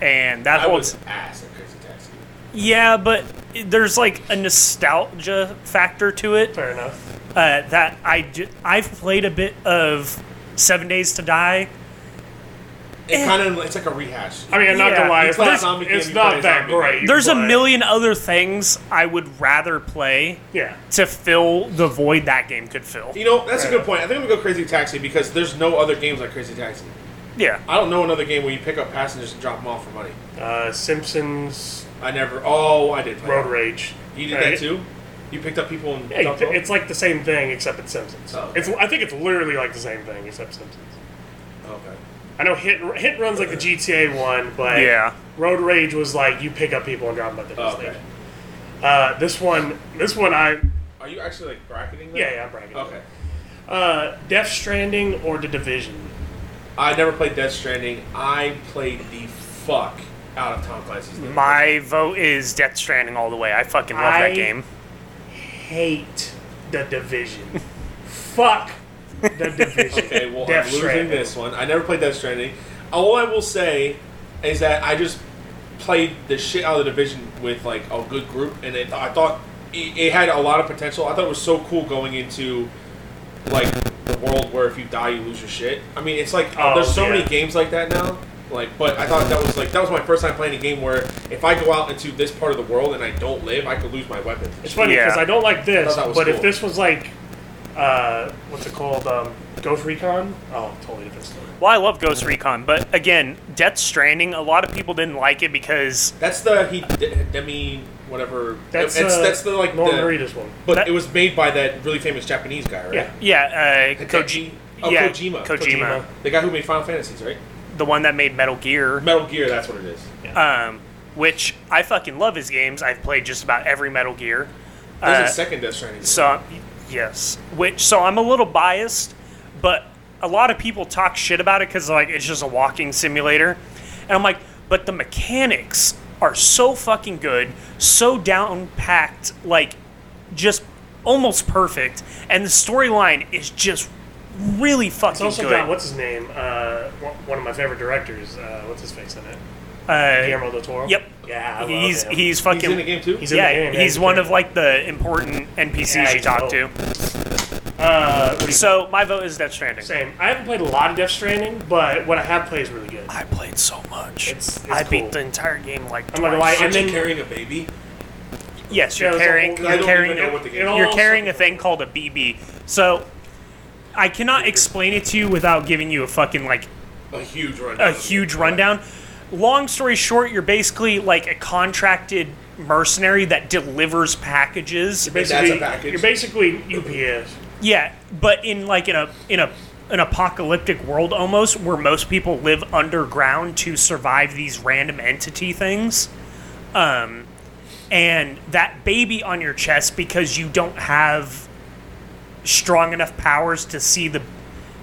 Speaker 4: and that
Speaker 3: I
Speaker 4: holds.
Speaker 3: was ass at Crazy Taxi.
Speaker 4: Yeah, but there's like a nostalgia factor to it.
Speaker 2: Fair enough.
Speaker 4: uh, that I j- I've played a bit of Seven Days to Die.
Speaker 3: It kind of it's like a rehash.
Speaker 2: I mean, I'm not
Speaker 4: Yeah,
Speaker 2: gonna lie.
Speaker 4: you
Speaker 2: It's
Speaker 3: play a
Speaker 2: not,
Speaker 3: zombie game,
Speaker 2: it's
Speaker 3: you play
Speaker 2: not
Speaker 3: a
Speaker 2: that
Speaker 3: zombie
Speaker 2: great.
Speaker 3: game.
Speaker 4: There's a
Speaker 2: but-
Speaker 4: million other things I would rather play
Speaker 2: Yeah.
Speaker 4: to fill the void that game could fill.
Speaker 3: You know, that's a good point. I think I'm gonna go Crazy Taxi because there's no other games like Crazy Taxi.
Speaker 4: Yeah,
Speaker 3: I don't know another game where you pick up passengers and drop them off for money.
Speaker 2: Uh, Simpsons
Speaker 3: I never. Oh, I did. Play
Speaker 2: Road
Speaker 3: that.
Speaker 2: Rage.
Speaker 3: You did
Speaker 2: right?
Speaker 3: that too. You picked up people and
Speaker 2: Yeah,
Speaker 3: dumped
Speaker 2: you-
Speaker 3: them?
Speaker 2: it's like the same thing except it's Simpsons.
Speaker 3: Oh, okay.
Speaker 2: It's I think it's literally like the same thing except Simpsons.
Speaker 3: Okay.
Speaker 2: I know hit hit runs like the GTA one, but
Speaker 4: yeah.
Speaker 2: Road Rage was like you pick up people and drop them at the
Speaker 3: Oh,
Speaker 2: next
Speaker 3: okay.
Speaker 2: station. Uh, this one, this one, I
Speaker 3: Are you actually like bracketing? That?
Speaker 2: yeah, yeah, I'm bragging.
Speaker 3: Okay.
Speaker 2: Uh, Death Stranding or The Division?
Speaker 3: I never played Death Stranding. I played the fuck out of Tom Clancy's game.
Speaker 4: My vote is Death Stranding all the way. I fucking love
Speaker 2: I-
Speaker 4: that game.
Speaker 2: Hate The Division. Fuck The Division.
Speaker 3: Okay, well,
Speaker 2: Death
Speaker 3: I'm losing
Speaker 2: Stranding.
Speaker 3: this one. I never played Death Stranding. All I will say is that I just played the shit out of the division with like a good group, and it, I thought it, it had a lot of potential. I thought it was so cool going into like the world where if you die, you lose your shit. I mean, it's like
Speaker 2: Oh,
Speaker 3: there's so
Speaker 2: yeah.
Speaker 3: many games like that now. Like, but I thought that was like that was my first time playing a game where if I go out into this part of the world and I don't live, I could lose my weapons.
Speaker 2: It's funny because
Speaker 4: Yeah.
Speaker 2: I don't like this,
Speaker 3: I thought that
Speaker 2: but
Speaker 3: was
Speaker 2: if
Speaker 3: cool.
Speaker 2: this was like, uh, what's it called? Um, Ghost Recon. Oh, totally different story.
Speaker 4: Well, I love Ghost Recon, but again, Death Stranding. A lot of people didn't like it because
Speaker 3: That's the he de- demi whatever.
Speaker 2: That's
Speaker 3: it's,
Speaker 2: uh,
Speaker 3: that's the like
Speaker 2: Norman
Speaker 3: the-
Speaker 2: Reedus one.
Speaker 3: But
Speaker 4: That-
Speaker 3: it was made by that really famous Japanese guy, right?
Speaker 2: Yeah.
Speaker 4: yeah, uh,
Speaker 3: Hideki-
Speaker 4: Koji-
Speaker 3: oh,
Speaker 4: yeah,
Speaker 3: Kojima.
Speaker 4: Kojima,
Speaker 3: The guy who made Final Fantasies, right?
Speaker 4: the one that made Metal Gear.
Speaker 3: Metal Gear, that's what it is.
Speaker 4: um, which I fucking love his games. I've played just about every Metal Gear.
Speaker 3: There's
Speaker 4: Uh,
Speaker 3: a second Death Stranding.
Speaker 4: so I'm- yes, which so I'm a little biased, but a lot of people talk shit about it because like it's just a walking simulator, and I'm like, but the mechanics are so fucking good, so down packed, like just almost perfect, and the storyline is just really
Speaker 2: It's
Speaker 4: fucking
Speaker 2: also
Speaker 4: good.
Speaker 2: got what's his name? Uh, one one of my favorite directors. Uh, what's his face in it?
Speaker 4: uh,
Speaker 2: Guillermo del Toro.
Speaker 4: yep.
Speaker 2: Yeah, I love
Speaker 4: he's
Speaker 2: him.
Speaker 4: he's
Speaker 3: he's
Speaker 4: fucking
Speaker 3: in the game too.
Speaker 2: He's in
Speaker 4: yeah,
Speaker 2: the game, yeah,
Speaker 4: he's one of like the important NPCs
Speaker 2: Yeah,
Speaker 4: you
Speaker 2: he's
Speaker 4: talk
Speaker 2: dope.
Speaker 4: to.
Speaker 2: Uh, what do you-
Speaker 4: So my vote is Death Stranding.
Speaker 2: same. I haven't played a lot of Death Stranding, but what I have played is really good.
Speaker 4: I played so much.
Speaker 2: It's- it's
Speaker 4: I
Speaker 2: cool.
Speaker 4: beat the entire game like
Speaker 2: I'm not
Speaker 4: twice.
Speaker 2: gonna lie,
Speaker 3: and
Speaker 2: and
Speaker 3: then
Speaker 2: then-
Speaker 3: carrying a baby.
Speaker 4: yes,
Speaker 2: Yeah,
Speaker 4: you're
Speaker 2: it was a
Speaker 4: carrying
Speaker 2: whole-
Speaker 4: you're
Speaker 3: I don't
Speaker 4: carrying
Speaker 3: even know what the game.
Speaker 2: it all-
Speaker 4: you're carrying a thing called a BB. So I cannot explain it to you without giving you a fucking like
Speaker 3: a huge rundown.
Speaker 4: a huge rundown. Long story short, you're basically like a contracted mercenary that delivers packages.
Speaker 3: That's a
Speaker 2: Basically,
Speaker 3: package.
Speaker 2: You're basically UPS.
Speaker 4: Yeah, but in like in a in a an apocalyptic world almost where most people live underground to survive these random entity things. Um and that baby on your chest because you don't have strong enough powers to see the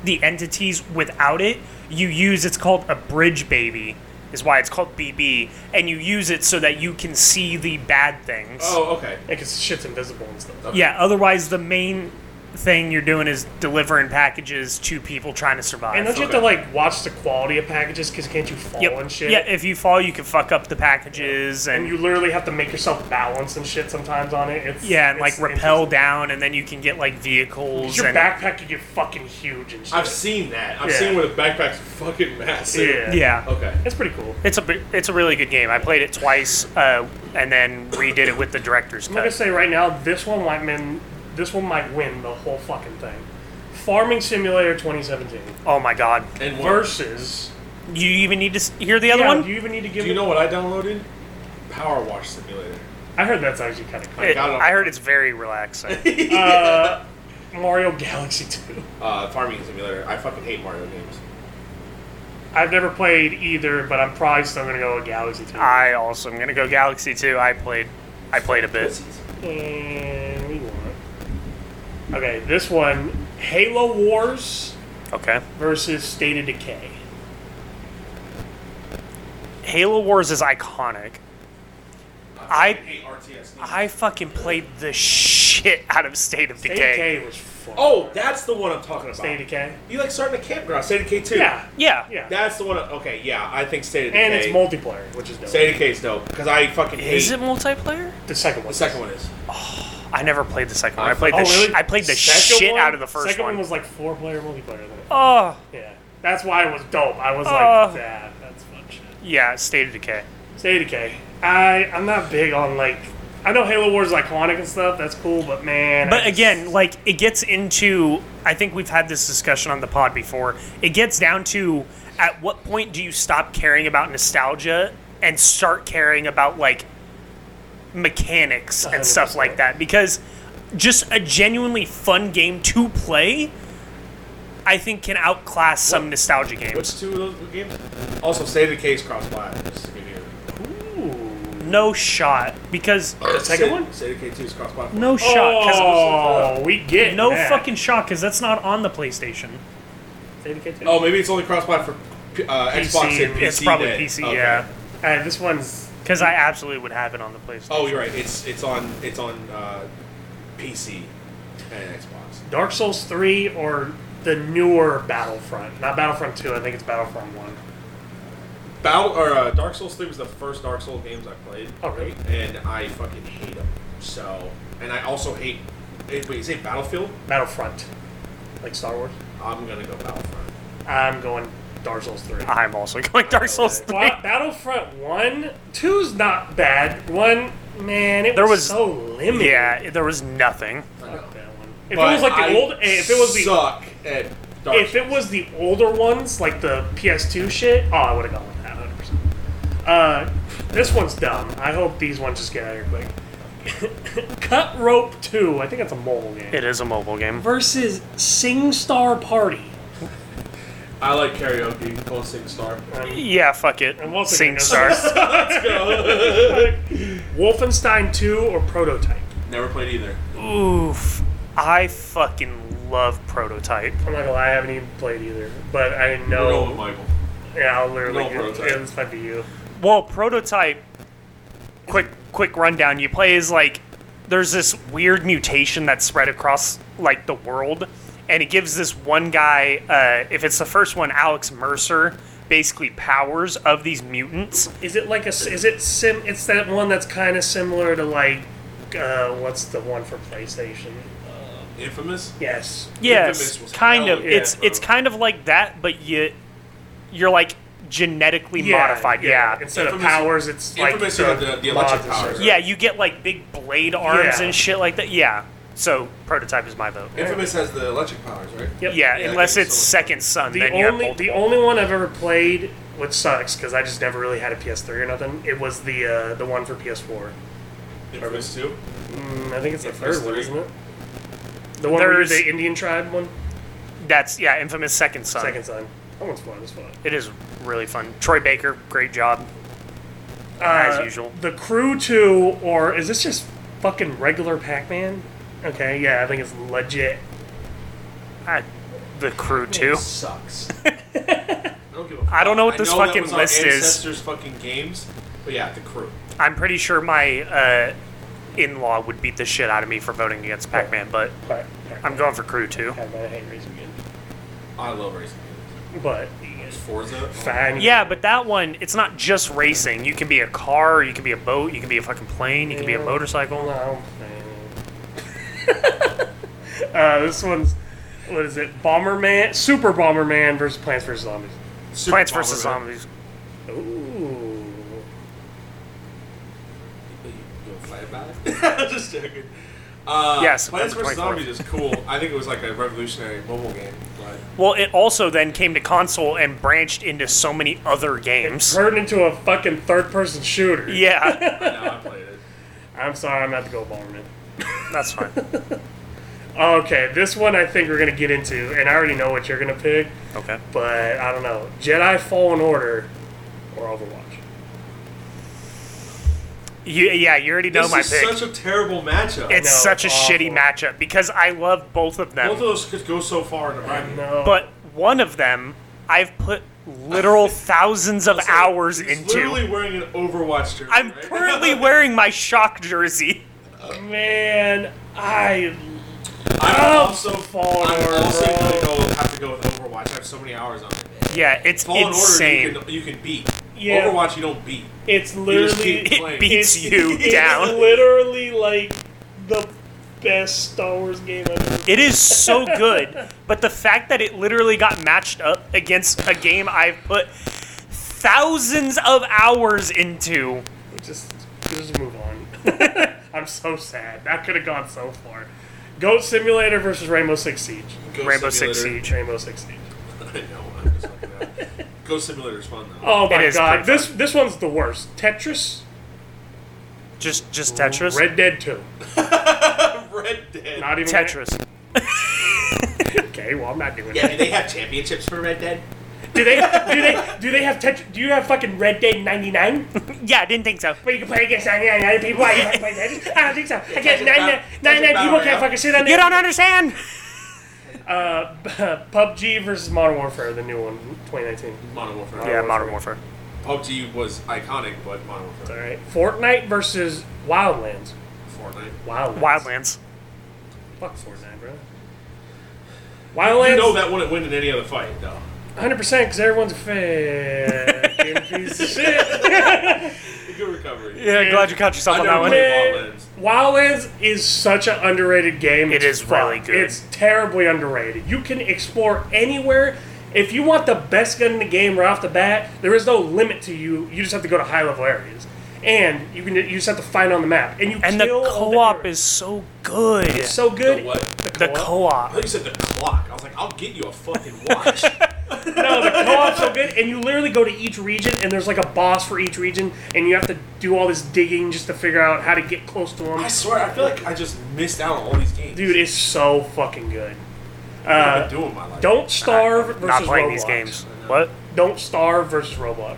Speaker 4: the entities without it, you use it's called a bridge baby is why it's called BB, and you use it so that you can see the bad things.
Speaker 3: Oh, okay.
Speaker 2: because shit's invisible and stuff.
Speaker 4: Yeah, otherwise the main thing you're doing is delivering packages to people trying to survive.
Speaker 2: And don't you have to like watch the quality of packages? Because can't you fall
Speaker 4: Yep.
Speaker 2: and shit?
Speaker 4: Yeah, if you fall, you can fuck up the packages and,
Speaker 2: and you literally have to make yourself balance and shit sometimes on it. It's
Speaker 4: yeah, and
Speaker 2: it's
Speaker 4: like rappel down, and then you can get like vehicles.
Speaker 2: interesting. Your
Speaker 4: and,
Speaker 2: backpack could get fucking huge and shit.
Speaker 3: I've seen that. I've
Speaker 2: Yeah.
Speaker 3: seen where the backpack's fucking massive.
Speaker 2: Yeah.
Speaker 4: Yeah,
Speaker 3: Okay.
Speaker 2: It's pretty cool.
Speaker 4: it's a bi- it's a really good game. I played it twice, uh, and then redid it with the director's
Speaker 2: I'm gonna
Speaker 4: cut.
Speaker 2: say right now, this one might win. This one might win the whole fucking thing. Farming Simulator 2017
Speaker 4: Oh my god!
Speaker 3: And what-
Speaker 2: versus
Speaker 4: You even need to s- hear the other
Speaker 2: Yeah,
Speaker 4: one.
Speaker 2: Do you even need to give?
Speaker 3: Do you
Speaker 2: it-
Speaker 3: know what I downloaded? Power Wash Simulator.
Speaker 2: I heard that's actually kind of cool.
Speaker 4: It-
Speaker 3: got it on-
Speaker 4: I heard it's very relaxing.
Speaker 2: Mario Galaxy 2.
Speaker 3: Uh, farming Simulator. I fucking hate Mario games.
Speaker 2: I've never played either, but I'm probably still gonna go with Galaxy 2.
Speaker 4: I also am gonna go Galaxy Two. I played, I played a bit.
Speaker 3: Pussies.
Speaker 2: And we want. Okay, this one, Halo Wars
Speaker 4: Okay.
Speaker 2: versus State of Decay.
Speaker 4: Halo Wars is iconic. I
Speaker 3: hate RTS. games.
Speaker 4: I fucking played the shit out of State of
Speaker 2: State
Speaker 4: Decay.
Speaker 2: of Decay was fun.
Speaker 3: Oh, that's the one I'm talking about.
Speaker 2: State of Decay.
Speaker 3: You like starting a campground? State of K two.
Speaker 2: Yeah,
Speaker 4: Yeah.
Speaker 2: yeah.
Speaker 3: That's the one. Okay, yeah, I think State of Decay.
Speaker 2: and it's multiplayer, which is dope.
Speaker 3: State of K is dope because I fucking hate.
Speaker 4: Is it multiplayer?
Speaker 2: the second one.
Speaker 3: the second one is.
Speaker 4: I never played the second one. I
Speaker 3: I-
Speaker 4: played the
Speaker 2: Oh,
Speaker 4: sh-
Speaker 2: really?
Speaker 4: I played the
Speaker 2: Second
Speaker 4: shit
Speaker 2: one-
Speaker 4: out of the first
Speaker 2: second
Speaker 4: one.
Speaker 2: was like four player multiplayer. Then.
Speaker 4: oh
Speaker 2: Yeah, that's why it was dope. I was
Speaker 4: Oh.
Speaker 2: like, that, that's fun shit.
Speaker 4: yeah, State of Decay.
Speaker 2: State of Decay. I I'm not big on like. I know Halo Wars is iconic and stuff. That's cool, but man. I
Speaker 4: But
Speaker 2: just-
Speaker 4: again, like it gets into I think we've had this discussion on the pod before. It gets down to at what point do you stop caring about nostalgia and start caring about like mechanics and stuff
Speaker 2: 100%.
Speaker 4: like that because just a genuinely fun game to play I think can outclass some nostalgia
Speaker 3: What's
Speaker 4: games.
Speaker 3: two of those games? Also, State of Decay is cross platform. Just to give you.
Speaker 4: No shot because
Speaker 3: The
Speaker 2: second one?
Speaker 3: State of K two is cross platform.
Speaker 4: no shot cuz
Speaker 2: Oh, we get
Speaker 4: No
Speaker 2: that.
Speaker 4: fucking shot, because that's not on the PlayStation.
Speaker 2: State of Decay too.
Speaker 3: Oh, maybe it's only cross platform for uh, Xbox and PC.
Speaker 4: it's probably
Speaker 3: then.
Speaker 4: PC,
Speaker 3: Okay.
Speaker 4: yeah.
Speaker 2: Alright, this one's
Speaker 4: Because I absolutely would have it on the PlayStation.
Speaker 3: Oh, you're right. It's it's on it's on uh, PC and Xbox.
Speaker 2: Dark Souls three or the newer Battlefront. Not Battlefront two. I think it's Battlefront one.
Speaker 3: Battle or uh, Dark Souls three was the first Dark Souls games I played.
Speaker 2: Oh, really?
Speaker 3: And I fucking hate them. So, and I also hate. Wait, wait, is it Battlefield?
Speaker 2: Battlefront, like Star Wars.
Speaker 3: I'm gonna go Battlefront.
Speaker 2: I'm going Dark Souls three.
Speaker 4: I'm also going Dark Souls 3.
Speaker 2: Well, Battlefront one, two's not bad. One, man, it
Speaker 4: There
Speaker 2: was,
Speaker 4: was-
Speaker 2: so limited.
Speaker 4: Yeah, there was nothing.
Speaker 3: I know.
Speaker 2: Fuck that one. If
Speaker 3: But
Speaker 2: it was like the
Speaker 3: I
Speaker 2: old, eh, if it was the
Speaker 3: suck at Dark
Speaker 2: if it was the older ones, like the PS2 shit, oh, I would have gone with that 100%. Uh, this one's dumb. I hope these ones just get out of here quick. Cut Rope 2, I think that's a mobile game,
Speaker 4: It is a mobile game.
Speaker 2: versus Sing Star Party.
Speaker 3: I like karaoke. Go sing star.
Speaker 4: Yeah, fuck it.
Speaker 2: I'm also
Speaker 4: Sing
Speaker 2: gonna go-
Speaker 4: Star.
Speaker 2: Wolfenstein 2 or Prototype?
Speaker 3: Never played either.
Speaker 4: Oof. I fucking love Prototype.
Speaker 2: I'm not gonna lie, I haven't even played either, but I didn't
Speaker 3: We're going with
Speaker 2: know.
Speaker 3: Michael.
Speaker 2: Yeah, I'll literally
Speaker 3: No
Speaker 2: give
Speaker 3: Prototype.
Speaker 2: this might be you.
Speaker 4: Well, Prototype. Quick, quick rundown. You play as like there's this weird mutation that's spread across like the world, and it gives this one guy. Uh, if it's the first one, Alex Mercer, basically powers of these mutants.
Speaker 2: Is it like a? s- Is it sim? It's that one that's kind of similar to like, uh, what's the one for PlayStation?
Speaker 3: Infamous.
Speaker 2: Yes.
Speaker 4: Yes,
Speaker 3: Infamous was
Speaker 4: kind
Speaker 3: hell
Speaker 4: of.
Speaker 3: yeah,
Speaker 4: it's
Speaker 3: bro.
Speaker 4: it's kind of like that, but you you're like genetically modified. Yeah. Yeah.
Speaker 2: Instead
Speaker 3: Infamous-
Speaker 2: of powers, it's like
Speaker 3: Infamous are the- the electric
Speaker 2: mods and
Speaker 3: powers,
Speaker 2: shit.
Speaker 3: right?
Speaker 4: you get like big blade arms
Speaker 2: Yeah.
Speaker 4: and shit like that. Yeah. So prototype is my vote.
Speaker 3: Infamous has the electric powers, right?
Speaker 2: Yep.
Speaker 4: Yeah,
Speaker 3: Yeah,
Speaker 4: unless
Speaker 3: I think
Speaker 4: it's
Speaker 3: so.
Speaker 4: second son,
Speaker 2: The
Speaker 4: then you have
Speaker 2: only
Speaker 4: multiple.
Speaker 2: the only one I've ever played, which sucks because I just never really had a PS3 or nothing. It was the uh, the one for PS4.
Speaker 3: Infamous two.
Speaker 2: Mm, I think it's the
Speaker 3: Infamous
Speaker 2: third one,
Speaker 3: three.
Speaker 2: isn't it? The one where you're
Speaker 4: There's-
Speaker 2: the Indian tribe one.
Speaker 4: That's yeah, infamous second son.
Speaker 2: Second son. That one's fun as fuck.
Speaker 4: It is really fun. Troy Baker, great job.
Speaker 3: Uh,
Speaker 2: As
Speaker 4: usual.
Speaker 2: Uh, The Crew 2, or is this just fucking regular Pac Man? Okay, yeah, I think it's legit.
Speaker 4: I, the crew too.
Speaker 3: Sucks. I don't give a
Speaker 4: I don't know what this
Speaker 3: know that
Speaker 4: fucking
Speaker 3: was
Speaker 4: list
Speaker 3: on
Speaker 4: is.
Speaker 3: Ancestors fucking games, but yeah, the crew.
Speaker 4: I'm pretty sure my uh, in-law would beat the shit out of me for voting against Pac-Man, but
Speaker 2: But
Speaker 4: I'm going for Crew too.
Speaker 2: I hate racing games.
Speaker 3: I love racing games.
Speaker 2: But
Speaker 3: Forza.
Speaker 2: fine.
Speaker 4: Yeah, but that one, it's not just racing. You can be a car, you can be a boat, you can be a fucking plane, you can be a motorcycle.
Speaker 2: No. uh, this one's what is it? Bomberman, Super Bomberman versus Plants vs Zombies.
Speaker 3: Super
Speaker 4: Plants
Speaker 3: Bomberman.
Speaker 4: vs Zombies.
Speaker 2: Ooh.
Speaker 3: You gonna fight about it? Just joking. Uh,
Speaker 4: Yes,
Speaker 3: Plants
Speaker 4: November
Speaker 3: vs Zombies is cool. I think it was like a revolutionary mobile game. But
Speaker 4: Well, it also then came to console and branched into so many other games.
Speaker 2: Turned into a fucking third-person shooter.
Speaker 4: Yeah,
Speaker 3: now I played it.
Speaker 2: I'm sorry, I'm about to go Bomberman.
Speaker 4: that's fine.
Speaker 2: Okay, this one I think we're gonna get into, and I already know what you're gonna pick,
Speaker 4: Okay.
Speaker 2: but I don't know. Jedi Fallen Order or Overwatch.
Speaker 4: You, yeah, you already know
Speaker 3: this
Speaker 4: my
Speaker 3: is
Speaker 4: pick.
Speaker 3: such a terrible matchup.
Speaker 4: it's
Speaker 2: No,
Speaker 4: such a
Speaker 2: it's
Speaker 4: shitty
Speaker 2: awful.
Speaker 4: matchup because I love both of them.
Speaker 3: Both of those could go so far in the bracket.
Speaker 2: No.
Speaker 4: but one of them I've put literal thousands of
Speaker 3: It's like,
Speaker 4: hours
Speaker 3: he's
Speaker 4: into.
Speaker 3: Literally wearing an Overwatch jersey.
Speaker 4: I'm
Speaker 3: right?
Speaker 4: currently wearing my shock jersey.
Speaker 2: man, I
Speaker 4: Oh,
Speaker 3: I'm
Speaker 2: love
Speaker 3: also
Speaker 2: Fallen
Speaker 3: I'm
Speaker 2: Order.
Speaker 3: also
Speaker 2: bro.
Speaker 3: gonna go have to go with Overwatch. I have so many hours on it.
Speaker 4: Yeah, it's
Speaker 3: Fallen
Speaker 4: insane.
Speaker 3: Order you can, you can beat.
Speaker 2: Yeah.
Speaker 3: Overwatch you don't beat.
Speaker 2: It's
Speaker 3: You just keep
Speaker 2: literally
Speaker 4: It
Speaker 3: playing.
Speaker 4: beats
Speaker 2: It's-
Speaker 4: you
Speaker 2: it's
Speaker 4: down.
Speaker 2: literally like the best Star Wars game I've ever.
Speaker 4: It is so good, but the fact that it literally got matched up against a game I've put thousands of hours into.
Speaker 2: Just, just move on. I'm so sad. That could have gone so far. Goat Simulator versus Rainbow Six Siege.
Speaker 3: Ghost
Speaker 4: Rainbow Six
Speaker 3: Simulator.
Speaker 4: Siege.
Speaker 2: Rainbow Six Siege.
Speaker 3: I know. I'm just fucking up. Ghost Simulator's fun though.
Speaker 2: Oh my
Speaker 4: It is
Speaker 2: god,
Speaker 4: pretty
Speaker 2: this this one's the worst. Tetris,
Speaker 4: Just just Tetris.
Speaker 2: Red Dead Two.
Speaker 4: Oh.
Speaker 3: Red Dead.
Speaker 2: Not even
Speaker 4: Tetris.
Speaker 2: Okay, well I'm not doing
Speaker 3: yeah,
Speaker 2: that.
Speaker 3: do they have championships for Red Dead?
Speaker 2: Do they do they do they have Tetris? Do you have fucking Red Dead '99?
Speaker 4: Yeah, I didn't think so.
Speaker 2: Where you can play against 99 other people. Why you can't play Tetris? Ah, I don't think so. I can't. 99,
Speaker 3: Tetris
Speaker 2: 99 people
Speaker 3: Battle
Speaker 2: can't
Speaker 3: Royale.
Speaker 2: fucking sit on
Speaker 4: You
Speaker 2: there. Uh,
Speaker 4: don't understand.
Speaker 2: PUBG versus Modern Warfare, the new one, 2019.
Speaker 3: Modern Warfare.
Speaker 4: Yeah, Modern Warfare.
Speaker 3: PUBG was iconic, but Modern Warfare.
Speaker 2: All right. Fortnite versus Wildlands.
Speaker 3: Fortnite.
Speaker 2: Wildlands.
Speaker 4: Wildlands.
Speaker 2: Fuck Fortnite, bro.
Speaker 3: You
Speaker 2: Wildlands.
Speaker 3: know that wouldn't win in any other fight, though.
Speaker 2: 100 percent because everyone's a fucking piece of shit.
Speaker 3: Good recovery.
Speaker 4: Yeah, glad you caught yourself
Speaker 3: I
Speaker 4: on
Speaker 3: never
Speaker 4: that one.
Speaker 3: played
Speaker 2: one.
Speaker 3: Wildlands.
Speaker 2: Wildlands is such an underrated game.
Speaker 4: It
Speaker 2: It's
Speaker 4: is really
Speaker 2: fun.
Speaker 4: good.
Speaker 2: It's terribly underrated. You can explore anywhere. If you want the best gun in the game right off the bat, there is no limit to you. You just have to go to high level areas, and you can you just have to find on the map. And you
Speaker 4: And the
Speaker 2: kill all
Speaker 4: co-op
Speaker 2: areas.
Speaker 4: is so good.
Speaker 2: It's so good.
Speaker 3: The what?
Speaker 4: The
Speaker 2: co-op.
Speaker 3: I
Speaker 4: co-op.
Speaker 3: thought you said the clock. I was like, I'll get you a fucking watch.
Speaker 2: No, the co-op's so good, and you literally go to each region, and there's like a boss for each region, and you have to do all this digging just to figure out how to get close to
Speaker 3: I
Speaker 2: him.
Speaker 3: swear, I feel like I just missed out on all these games.
Speaker 2: Dude, it's so fucking good.
Speaker 3: I've been doing my life.
Speaker 2: Don't starve versus
Speaker 4: Not playing
Speaker 2: Roblox.
Speaker 4: these games. What?
Speaker 2: Don't starve versus Roblox.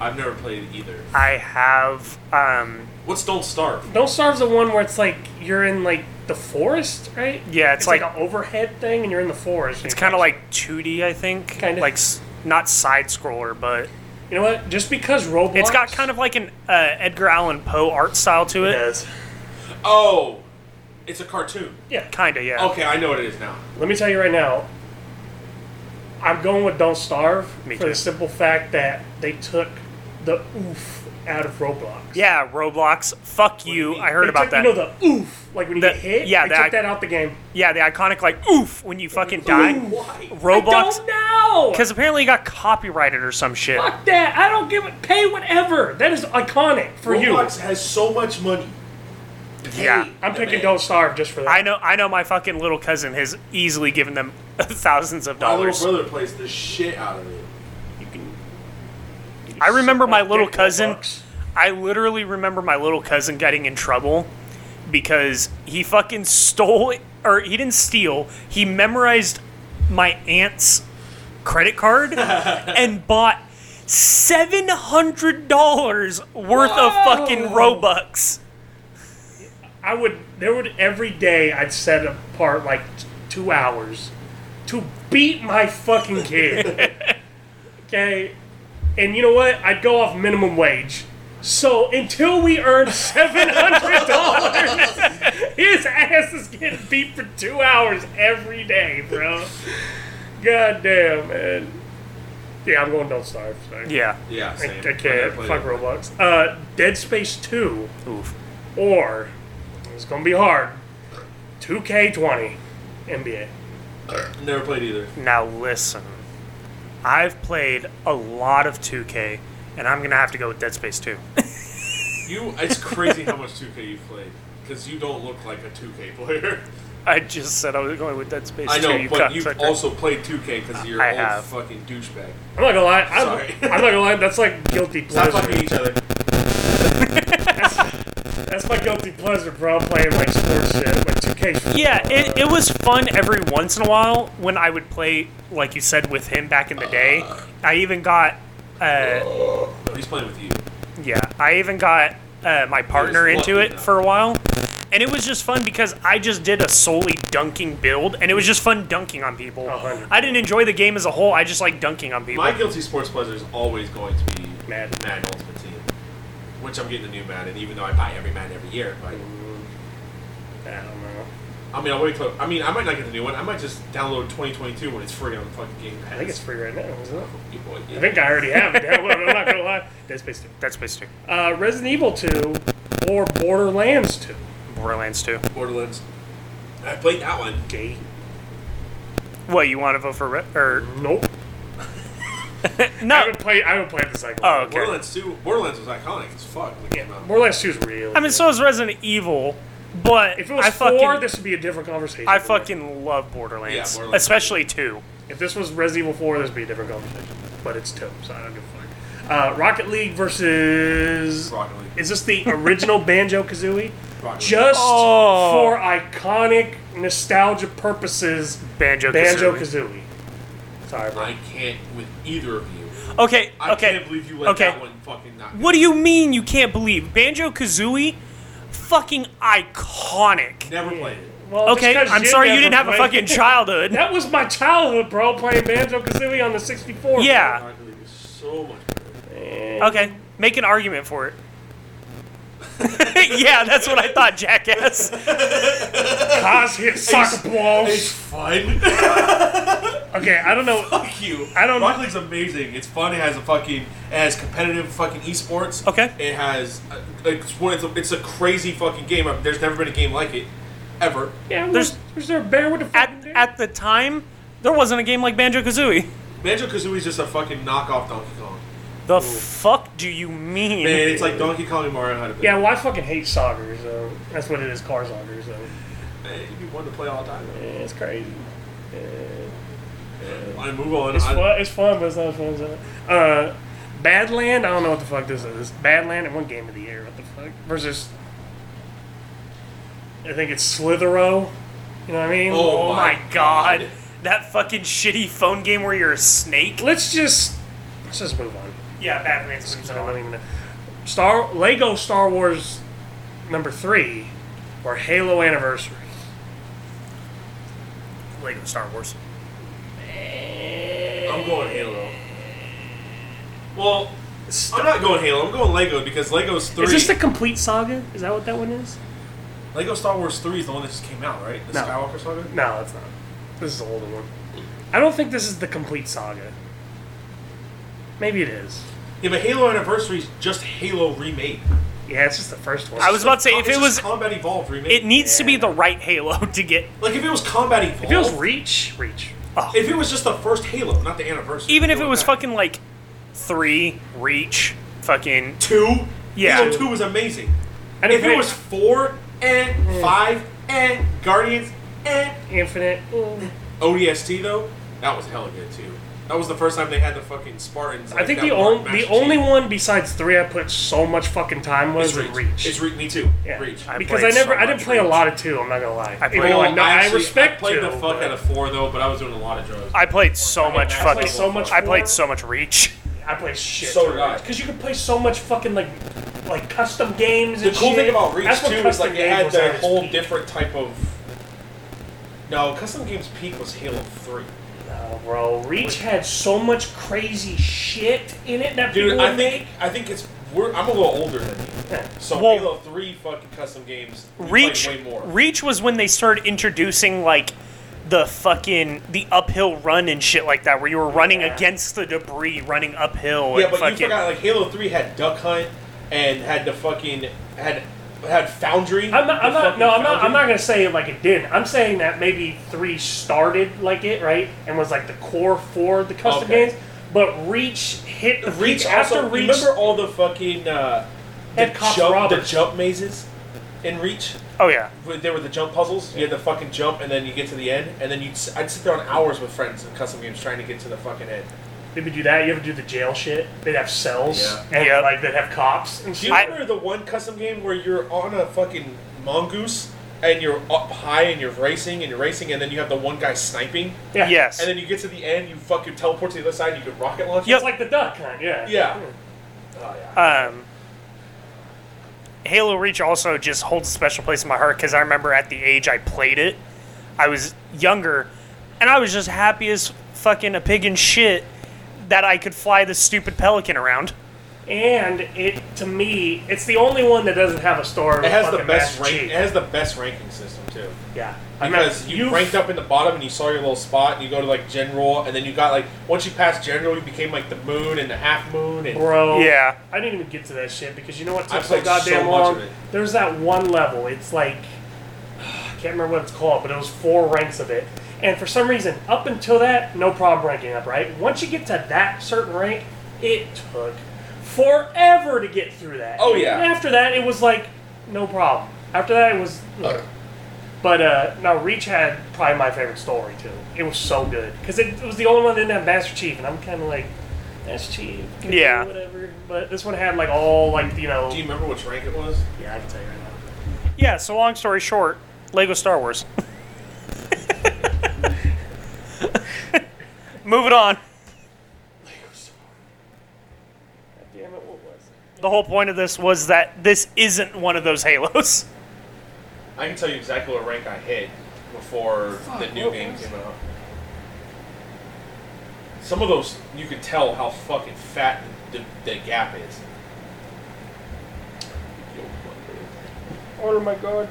Speaker 3: I've never played either.
Speaker 4: I have. Um.
Speaker 3: What's Don't Starve?
Speaker 2: Don't starve's the one where it's like you're in like the forest, right?
Speaker 4: Yeah, it's
Speaker 2: it's like,
Speaker 4: like-
Speaker 2: an overhead thing, and you're in the forest.
Speaker 4: It's kind of like 2D, I think.
Speaker 2: Kinda.
Speaker 4: Like s- not side scroller, but
Speaker 2: you know what? Just because Roblox,
Speaker 4: it's got kind of like an uh, Edgar Allan Poe art style to it.
Speaker 3: Oh, it's a cartoon.
Speaker 2: Yeah,
Speaker 4: Kinda, yeah.
Speaker 2: Oh.
Speaker 3: Okay, I know what it is now.
Speaker 2: Let me tell you right now, I'm going with Don't Starve
Speaker 4: Me
Speaker 2: for
Speaker 4: too.
Speaker 2: the simple fact that they took the oof out of Roblox.
Speaker 4: Yeah, Roblox. Fuck you. I heard
Speaker 2: They
Speaker 4: about
Speaker 2: took,
Speaker 4: that.
Speaker 2: You know the oof, like when you
Speaker 4: The-
Speaker 2: get hit.
Speaker 4: yeah,
Speaker 2: they
Speaker 4: that-
Speaker 2: took that out the game.
Speaker 4: yeah, the iconic like oof when you fucking die.
Speaker 3: Why?
Speaker 2: I
Speaker 4: Roblox,
Speaker 2: don't know.
Speaker 4: because apparently it got copyrighted or some shit.
Speaker 2: Fuck that. I don't give it. Pay whatever. That is iconic for
Speaker 3: Roblox
Speaker 2: you.
Speaker 3: has so much money.
Speaker 4: Yeah.
Speaker 2: I'm
Speaker 3: the
Speaker 2: picking
Speaker 3: man.
Speaker 2: Don't Starve just for that.
Speaker 4: I know. I know. My fucking little cousin has easily given them thousands of
Speaker 3: My
Speaker 4: dollars.
Speaker 3: Oh, little brother plays the shit out of it.
Speaker 2: You can- you can
Speaker 4: I remember
Speaker 2: suck
Speaker 4: my little
Speaker 2: dick,
Speaker 4: cousin.
Speaker 2: Roblox.
Speaker 4: I literally remember my little cousin getting in trouble because he fucking stole or he didn't steal. He memorized my aunt's credit card and bought seven hundred dollars worth of fucking Robux.
Speaker 2: I would. There would every day I'd set apart like t- two hours to beat my fucking kid. Okay. And you know what? I'd go off minimum wage. So until we earn seven hundred dollars, his ass is getting beat for two hours every day, bro. God damn, man. Yeah, I'm going. Don't starve. So.
Speaker 4: Yeah.
Speaker 3: Yeah,
Speaker 2: I,
Speaker 3: same.
Speaker 2: I
Speaker 3: never
Speaker 2: can't.
Speaker 3: played
Speaker 2: Fuck
Speaker 3: it.
Speaker 2: Roblox. Uh, Dead Space Two,
Speaker 4: Oof.
Speaker 2: or it's gonna be hard. Two K twenty, NBA.
Speaker 3: Never played either.
Speaker 4: Now listen, I've played a lot of 2K, and I'm gonna have to go with Dead Space 2.
Speaker 3: You, it's crazy how much 2K you've played because you don't look like a 2K player.
Speaker 4: I just said I was going with Dead Space
Speaker 3: I
Speaker 4: 2.
Speaker 3: know,
Speaker 4: you
Speaker 3: but you've
Speaker 4: cocksucker.
Speaker 3: also played 2K because you're
Speaker 4: I
Speaker 3: old
Speaker 4: have.
Speaker 3: fucking douchebag.
Speaker 2: I'm not gonna lie. I'm,
Speaker 3: Sorry.
Speaker 2: I'm not gonna lie. That's like guilty
Speaker 3: Stop
Speaker 2: pleasure.
Speaker 3: fucking each other.
Speaker 2: That's my guilty pleasure, bro. Playing like sports shit, like 2K.
Speaker 4: Yeah, it, it was fun every once in a while when I would play, like you said, with him back in the day. I even got, uh,
Speaker 3: No, he's playing with you.
Speaker 4: yeah, I even got uh, my partner
Speaker 3: He's lucky
Speaker 4: into it
Speaker 3: now.
Speaker 4: for a while. And it was just fun because I just did a solely dunking build, and it was just fun dunking on people.
Speaker 2: A hundred.
Speaker 4: I didn't enjoy the game as a whole, I just like dunking on people.
Speaker 3: My guilty sports pleasure is always going to be
Speaker 2: Madden.
Speaker 3: Madden Ultimate Team, which I'm getting the new Madden, even though I buy every Madden every year. But
Speaker 2: I don't know.
Speaker 3: I mean, I'll wait till. I mean, I might not get the new one. I might just download 2022 when it's free on the fucking Game Pass.
Speaker 2: I think it's free right now. Isn't it?
Speaker 3: You boy, yeah.
Speaker 2: I think I already have it. I'm not gonna lie. Dead Space
Speaker 4: Dead Space 2.
Speaker 2: 2, uh, Resident Evil 2, or Borderlands 2.
Speaker 4: Borderlands 2.
Speaker 3: Borderlands. I played that one.
Speaker 2: Gay.
Speaker 4: What, you want to vote for, Re- or,
Speaker 2: Nope. I
Speaker 4: no.
Speaker 2: haven't played. I haven't played the cycle.
Speaker 4: Oh, okay.
Speaker 3: Borderlands 2. Borderlands was iconic as fuck um, when it came out.
Speaker 2: Borderlands 2 is real.
Speaker 4: I mean, so is Resident Evil, but
Speaker 2: if it was
Speaker 4: I fucking,
Speaker 2: four, this would be a different conversation.
Speaker 4: I fucking love Borderlands,
Speaker 3: Yeah, Borderlands.
Speaker 4: especially two.
Speaker 2: If this was Resident Evil 4, this would be a different conversation. But it's 2, so I don't give a fuck. Uh, Rocket League versus.
Speaker 3: Rocket League.
Speaker 2: Is this the original Banjo Kazooie?
Speaker 3: Rocket League.
Speaker 2: Just
Speaker 4: Oh.
Speaker 2: for iconic nostalgia purposes,
Speaker 4: Banjo
Speaker 2: Banjo
Speaker 4: Kazooie.
Speaker 2: Kazooie. Sorry, bro.
Speaker 3: I can't with either of you.
Speaker 4: Okay,
Speaker 3: I
Speaker 4: okay,
Speaker 3: can't believe you let
Speaker 4: okay.
Speaker 3: that one fucking knock.
Speaker 4: What do you mean you can't believe Banjo Kazooie? Fucking iconic.
Speaker 3: Never played it.
Speaker 2: Well, just
Speaker 4: Okay,
Speaker 2: 'cause
Speaker 4: I'm sorry you
Speaker 2: never
Speaker 4: didn't have a
Speaker 2: played-
Speaker 4: fucking childhood.
Speaker 2: That was my childhood, bro, playing Banjo Kazooie on the 64.
Speaker 4: Yeah.
Speaker 3: Rocket League is so much better.
Speaker 4: Okay, make an argument for it. yeah, that's what I thought, jackass.
Speaker 2: Cos hit soccer balls.
Speaker 3: It's fun.
Speaker 2: Okay, I don't know.
Speaker 3: Fuck you.
Speaker 2: I don't-
Speaker 3: Rocket League's amazing. It's fun. It has a fucking. It has competitive fucking esports.
Speaker 4: Okay.
Speaker 3: It has. uh, It's one. It's a, it's a crazy fucking game. Uh, There's never been a game like it, ever.
Speaker 2: Yeah,
Speaker 4: There's-
Speaker 2: was, was there a bear with a
Speaker 4: At,
Speaker 2: fucking dick?
Speaker 4: at the time, there wasn't a game like Banjo Kazooie.
Speaker 3: Banjo Kazooie is just a fucking knockoff Donkey Kong.
Speaker 4: The fuck do you mean?
Speaker 3: Man, it's like Donkey Kong and Mario had a
Speaker 2: Yeah, well, I fucking hate soggers, though. That's what it is, car soggers, though.
Speaker 3: You'd be one to play all the time.
Speaker 2: Yeah, it's crazy.
Speaker 3: I move on.
Speaker 2: It's
Speaker 3: I,
Speaker 2: fun, it's fun, but it's not as fun as that. Uh, Badland, I don't know what the fuck this is. Badland, it won Game of the Year, what the fuck? Versus, I think it's Slitherow. You know what I mean?
Speaker 3: Oh
Speaker 4: Oh my
Speaker 3: my
Speaker 4: god.
Speaker 3: God.
Speaker 4: That fucking shitty phone game where you're a snake.
Speaker 2: Let's just, let's just move on.
Speaker 4: Yeah, Batman's
Speaker 2: I don't even know. Star Lego Star Wars number three or Halo Anniversary.
Speaker 4: Lego Star Wars.
Speaker 3: I'm going Halo. Well, I'm not going Halo. I'm going Lego because Lego's three.
Speaker 2: Is this the complete saga? Is that what that one is?
Speaker 3: Lego Star Wars three is the one that just came out, right? The
Speaker 2: No.
Speaker 3: Skywalker saga.
Speaker 2: No, it's not. This is the older one. I don't think this is the complete saga. Maybe it is.
Speaker 3: Yeah, but Halo Anniversary is just Halo remade.
Speaker 2: Yeah, it's just the first one.
Speaker 4: I was about to say if
Speaker 3: It's
Speaker 4: it
Speaker 3: just
Speaker 4: was
Speaker 3: Combat Evolved remade.
Speaker 4: it needs to be the right Halo to get
Speaker 3: Like if it was Combat Evolved,
Speaker 2: If it was Reach, Reach.
Speaker 3: if it was just the first Halo, not the anniversary.
Speaker 4: even if
Speaker 3: go
Speaker 4: it
Speaker 3: with
Speaker 4: was
Speaker 3: that.
Speaker 4: fucking like 3 Reach fucking
Speaker 3: two,
Speaker 4: Yeah.
Speaker 3: Halo two was amazing.
Speaker 2: I didn't
Speaker 3: If it
Speaker 2: play
Speaker 3: was four
Speaker 4: Mm.
Speaker 3: and five and Guardians and
Speaker 2: Infinite. mm.
Speaker 3: ODST though, that was hella good too. That was the first time they had the fucking Spartans.
Speaker 2: I
Speaker 3: like,
Speaker 2: think
Speaker 3: that
Speaker 2: the
Speaker 3: weren't
Speaker 2: only the
Speaker 3: Master Chief.
Speaker 2: only one besides three I put so much fucking time was
Speaker 3: It's
Speaker 2: Reach.
Speaker 3: Reach.
Speaker 2: Reach.
Speaker 3: It's Reach. Me too.
Speaker 2: Yeah.
Speaker 3: Reach.
Speaker 4: I
Speaker 2: because I
Speaker 4: played
Speaker 2: never
Speaker 4: so
Speaker 2: I didn't
Speaker 4: much
Speaker 2: play a
Speaker 4: Reach.
Speaker 2: lot of two. I'm not gonna lie.
Speaker 4: I
Speaker 2: Even
Speaker 4: played-
Speaker 2: though
Speaker 4: Well,
Speaker 2: I, know- I
Speaker 3: actually-
Speaker 2: respect
Speaker 3: I played the
Speaker 2: two,
Speaker 3: fuck
Speaker 2: but-
Speaker 3: out of four though, but I was doing a lot of drugs.
Speaker 4: I played so much
Speaker 3: I played
Speaker 4: fucking
Speaker 2: so much
Speaker 4: I played
Speaker 2: Fortnite.
Speaker 4: so much Reach.
Speaker 2: I play shit.
Speaker 3: So did I.
Speaker 2: Because you can play so much fucking like, like custom games.
Speaker 3: The
Speaker 2: And
Speaker 3: cool
Speaker 2: shit.
Speaker 3: thing about Reach
Speaker 2: That's what
Speaker 3: too is
Speaker 2: custom
Speaker 3: like it
Speaker 2: games
Speaker 3: had
Speaker 2: was
Speaker 3: that
Speaker 2: at its
Speaker 3: whole
Speaker 2: peak.
Speaker 3: different type of. No, custom games peak was Halo Three.
Speaker 2: No, uh, bro. Reach had so much crazy shit in it that
Speaker 3: Dude,
Speaker 2: people
Speaker 3: I
Speaker 2: would
Speaker 3: think I think it's we're, I'm a little older than you,
Speaker 2: make.
Speaker 3: so
Speaker 4: Well-
Speaker 3: Halo Three fucking custom games we played
Speaker 4: Reach
Speaker 3: way more.
Speaker 4: Reach was when they started introducing like the fucking the uphill run and shit like that where you were running
Speaker 2: Yeah.
Speaker 4: against the debris running uphill
Speaker 3: yeah, but
Speaker 4: and
Speaker 3: you
Speaker 4: fucking
Speaker 3: forgot like Halo Three had Duck Hunt and had the fucking had had Foundry.
Speaker 2: I'm not.
Speaker 3: The
Speaker 2: I'm not.
Speaker 3: fucking
Speaker 2: No, I'm not.
Speaker 3: Foundry.
Speaker 2: I'm not gonna say it like it didn't. I'm saying that maybe three started like it, right, and was like the core for the custom
Speaker 3: Okay.
Speaker 2: games. But Reach hit the
Speaker 3: Reach
Speaker 2: peak after
Speaker 3: also.
Speaker 2: Reach.
Speaker 3: remember all the fucking uh, the
Speaker 2: Ed Koch
Speaker 3: jump, the
Speaker 2: Roberts.
Speaker 3: jump mazes in Reach.
Speaker 4: Oh yeah.
Speaker 3: Where There were the jump puzzles. You had the fucking jump, and then you get to the end, and then you would I'd sit there on hours with friends in custom games trying to get to the fucking end.
Speaker 2: They would do that. You ever do the jail shit? They'd have cells
Speaker 3: Yeah.
Speaker 2: and
Speaker 4: Yeah.
Speaker 2: like they'd have cops and
Speaker 3: Do
Speaker 2: shit.
Speaker 3: you
Speaker 4: I-
Speaker 3: remember the one custom game where you're on a fucking mongoose and you're up high and you're racing and you're racing, and then you have the one guy sniping,
Speaker 2: Yeah.
Speaker 4: Yes.
Speaker 3: and then you get to the end, you fucking teleport to the other side, and you can rocket launch.
Speaker 4: Yep.
Speaker 2: It's like the duck hunt. Yeah.
Speaker 3: Yeah. Oh, yeah.
Speaker 4: um, Halo Reach also just holds a special place in my heart because I remember at the age I played it, I was younger, and I was just happy as fucking a pig in shit that I could fly this stupid pelican around.
Speaker 2: And it to me, it's the only one that doesn't have a story.
Speaker 3: It
Speaker 2: with
Speaker 3: has the
Speaker 2: fucking
Speaker 3: best
Speaker 2: Master
Speaker 3: rank.
Speaker 2: Chief.
Speaker 3: It has the best ranking system too.
Speaker 2: Yeah. I mean,
Speaker 3: Because you ranked up in the bottom and you saw your little spot and you go to like general and then you got like once you passed general you became like the moon and the half moon and
Speaker 2: Bro.
Speaker 4: Yeah.
Speaker 2: I didn't even get to that shit because you know what
Speaker 3: I
Speaker 2: took so
Speaker 3: played so
Speaker 2: goddamn
Speaker 3: much
Speaker 2: long?
Speaker 3: of it.
Speaker 2: There's that one level. It's like I can't remember what it's called, but it was four ranks of it. And for some reason, up until that, no problem ranking up, right? Once you get to that certain rank, it took forever to get through that.
Speaker 3: Oh, yeah.
Speaker 2: And after that, it was like no problem. After that, it was. But uh, now Reach had probably my favorite story too. It was so good because it, it was the only one that didn't have Master Chief, and I'm kind of like, Master Chief, okay,
Speaker 4: Yeah.
Speaker 2: whatever. But this one had like all like you know.
Speaker 3: do you remember which rank it was?
Speaker 2: yeah, I can tell you right now.
Speaker 4: Yeah. So long story short, Lego Star Wars. Moving on.
Speaker 2: God damn it, what was it?
Speaker 4: The whole point of this was that this isn't one of those Halos.
Speaker 3: I can tell you exactly what rank I hit before the new
Speaker 2: what
Speaker 3: game
Speaker 2: was
Speaker 3: came out. Some of those you can tell how fucking fat the, the gap is.
Speaker 2: Oh my god.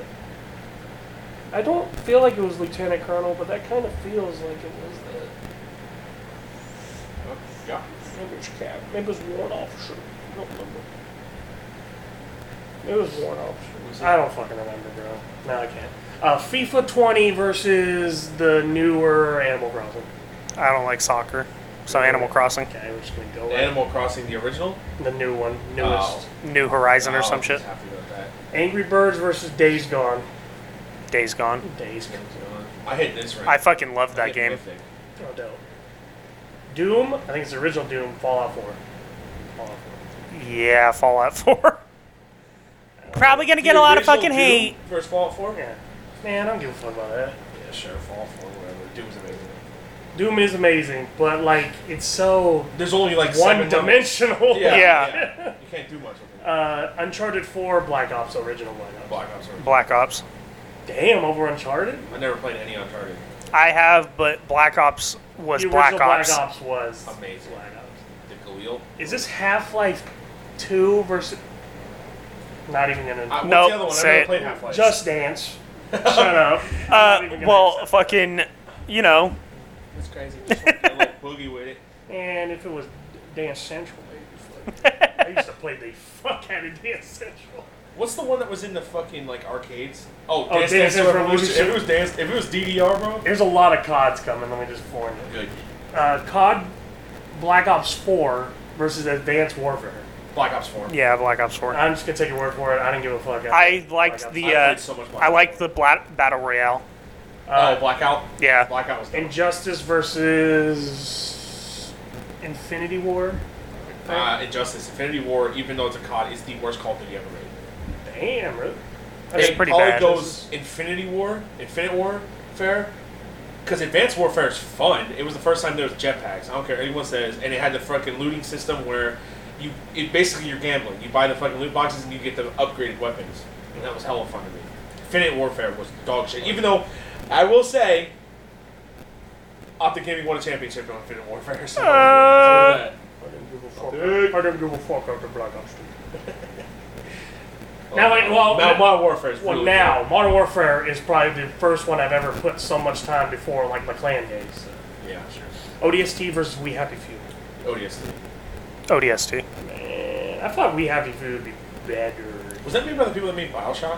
Speaker 2: I don't feel like it was Lieutenant Colonel, but that kind of feels like it was the
Speaker 3: Oh, God.
Speaker 2: maybe it was Cap, maybe it was Warrant Officer. I don't remember. It was Warrant
Speaker 3: Was
Speaker 2: Officer.
Speaker 3: it?
Speaker 2: I don't fucking remember, bro. No, I can't. Uh, FIFA 20 versus the newer Animal Crossing.
Speaker 4: I don't like soccer, so Animal Crossing,
Speaker 2: Okay, we're just gonna go with
Speaker 3: Animal Crossing, the original?
Speaker 2: the new one, newest.
Speaker 3: Oh.
Speaker 4: New Horizon
Speaker 3: Oh,
Speaker 4: or some
Speaker 3: I was
Speaker 4: shit.
Speaker 3: happy about that.
Speaker 2: Angry Birds versus Days Gone.
Speaker 4: Days Gone.
Speaker 2: Days Gone.
Speaker 3: I hit this rank.
Speaker 4: I fucking loved
Speaker 3: I
Speaker 4: that
Speaker 3: hit
Speaker 4: game.
Speaker 3: Mythic.
Speaker 2: Oh, dope. Doom. I think it's the original Doom. Fallout 4. Fallout 4.
Speaker 4: Yeah, Fallout 4. Probably gonna get
Speaker 3: The
Speaker 4: a lot of
Speaker 3: original
Speaker 4: fucking
Speaker 3: Doom
Speaker 4: hate.
Speaker 3: Versus Fallout 4?
Speaker 2: Yeah. Man, I don't give a fuck about that.
Speaker 3: Yeah, sure, Fallout 4, whatever. Doom's amazing.
Speaker 2: Doom is amazing, but like it's so
Speaker 3: There's only like
Speaker 2: one
Speaker 3: seven levels.
Speaker 2: dimensional.
Speaker 3: Yeah,
Speaker 4: Yeah.
Speaker 3: yeah. You can't do much with it.
Speaker 2: Uh, Uncharted 4, Black Ops, original Black Ops.
Speaker 3: Black Ops. Origins.
Speaker 4: Black Ops.
Speaker 2: Damn, over Uncharted?
Speaker 3: I never played any on target.
Speaker 4: I have, but Black Ops was
Speaker 2: the
Speaker 4: Black
Speaker 2: original Black
Speaker 4: Ops.
Speaker 2: Ops was
Speaker 3: Amazing.
Speaker 2: Black Ops.
Speaker 3: The Galil.
Speaker 2: Is this Half Life 2 versus. Not even gonna.
Speaker 3: I, Uh, what's
Speaker 4: Nope,
Speaker 3: the other one?
Speaker 4: say
Speaker 3: I've never
Speaker 4: it.
Speaker 3: played Half Life.
Speaker 2: Just Dance. Shut up. I'm not
Speaker 4: Uh,
Speaker 2: even gonna
Speaker 4: well,
Speaker 2: accept
Speaker 4: fucking, you know,
Speaker 3: That's crazy. Just fucking like boogie with it.
Speaker 2: it. And if it was Dance Central, maybe. fuck. I used to play the fuck out of Dance Central.
Speaker 3: What's the one that was in the fucking like arcades? Oh,
Speaker 2: Oh, Dance
Speaker 3: Dance Dance,
Speaker 2: Dance
Speaker 3: Revolution.
Speaker 2: Revolution.
Speaker 3: If it was Dance, if it was DDR, bro.
Speaker 2: There's a lot of CODs coming, let me just warn you.
Speaker 3: Good.
Speaker 2: uh, COD Black Ops 4 versus Advanced Warfare.
Speaker 3: Black Ops Four.
Speaker 4: yeah, Black Ops 4.
Speaker 2: I'm just gonna take your word for it. I didn't give a fuck.
Speaker 4: I
Speaker 2: Black Ops.
Speaker 4: liked
Speaker 3: I
Speaker 4: the,
Speaker 3: played
Speaker 4: uh,
Speaker 3: so much Black
Speaker 4: I
Speaker 3: Ops.
Speaker 4: liked the Black Battle Royale.
Speaker 2: Uh,
Speaker 3: oh, Blackout.
Speaker 4: Yeah.
Speaker 3: Blackout was. dope.
Speaker 2: Injustice versus Infinity War.
Speaker 3: Uh, Injustice, Infinity War, even though it's a COD, is the worst Call of Duty ever made.
Speaker 2: Damn, really?
Speaker 4: It's
Speaker 3: it
Speaker 4: pretty
Speaker 3: probably
Speaker 4: bad.
Speaker 3: goes Infinity War, Infinite Warfare, because Advanced Warfare is fun. It was the first time there was jetpacks. I don't care what anyone says, and it had the fucking looting system where you, it basically you're gambling. You buy the fucking loot boxes and you get the upgraded weapons, and that was hella fun to me. Infinite Warfare was dog shit. Even though, I will say, Optic Gaming won a championship on Infinite Warfare. So
Speaker 4: Uh,
Speaker 2: I don't give a fuck. I don't give a fuck after Black Ops 2. now, wait, well,
Speaker 3: Oh. now Modern Warfare is
Speaker 2: well,
Speaker 3: really
Speaker 2: now Modern Warfare is probably the first one I've ever put so much time before, like my clan days.
Speaker 3: good. Yeah, sure.
Speaker 2: ODST versus We Happy Few.
Speaker 3: ODST.
Speaker 4: ODST.
Speaker 2: Man, I thought We Happy Few would be better.
Speaker 3: Was that made by the people that made Bioshock?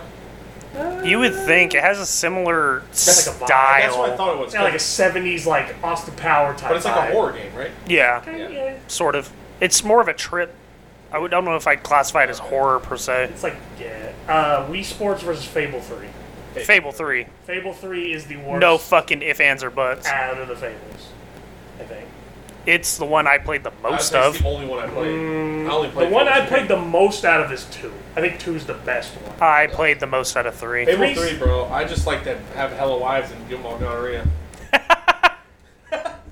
Speaker 4: You would think it has a similar
Speaker 2: like a vibe. That's
Speaker 4: style.
Speaker 3: That's what I thought it was.
Speaker 2: It's not like a '70s like Austin Power type.
Speaker 3: but it's like
Speaker 2: vibe.
Speaker 3: a horror game, right?
Speaker 4: Yeah,
Speaker 2: Kinda,
Speaker 3: Yeah.
Speaker 2: yeah.
Speaker 4: sort of. It's more of a trip. I would, I don't know if I'd classify it as horror per se.
Speaker 2: It's like yeah. Uh, Wii Sports versus Fable Three.
Speaker 4: Fable 3.
Speaker 2: Fable Three is the worst.
Speaker 4: No fucking if, ands, or buts.
Speaker 2: out of the Fables, I think.
Speaker 4: It's the one I played the
Speaker 3: I would
Speaker 4: most
Speaker 3: say it's
Speaker 4: of.
Speaker 3: the only one I played. Mm, I only
Speaker 2: The
Speaker 3: played
Speaker 2: one I
Speaker 3: Fable
Speaker 2: played the most out of is two. I think two is the best one.
Speaker 4: I played the most out of three.
Speaker 3: three. Fable
Speaker 2: Three's-
Speaker 3: three, bro. I just like to have hella wives and give them all gonorrhea.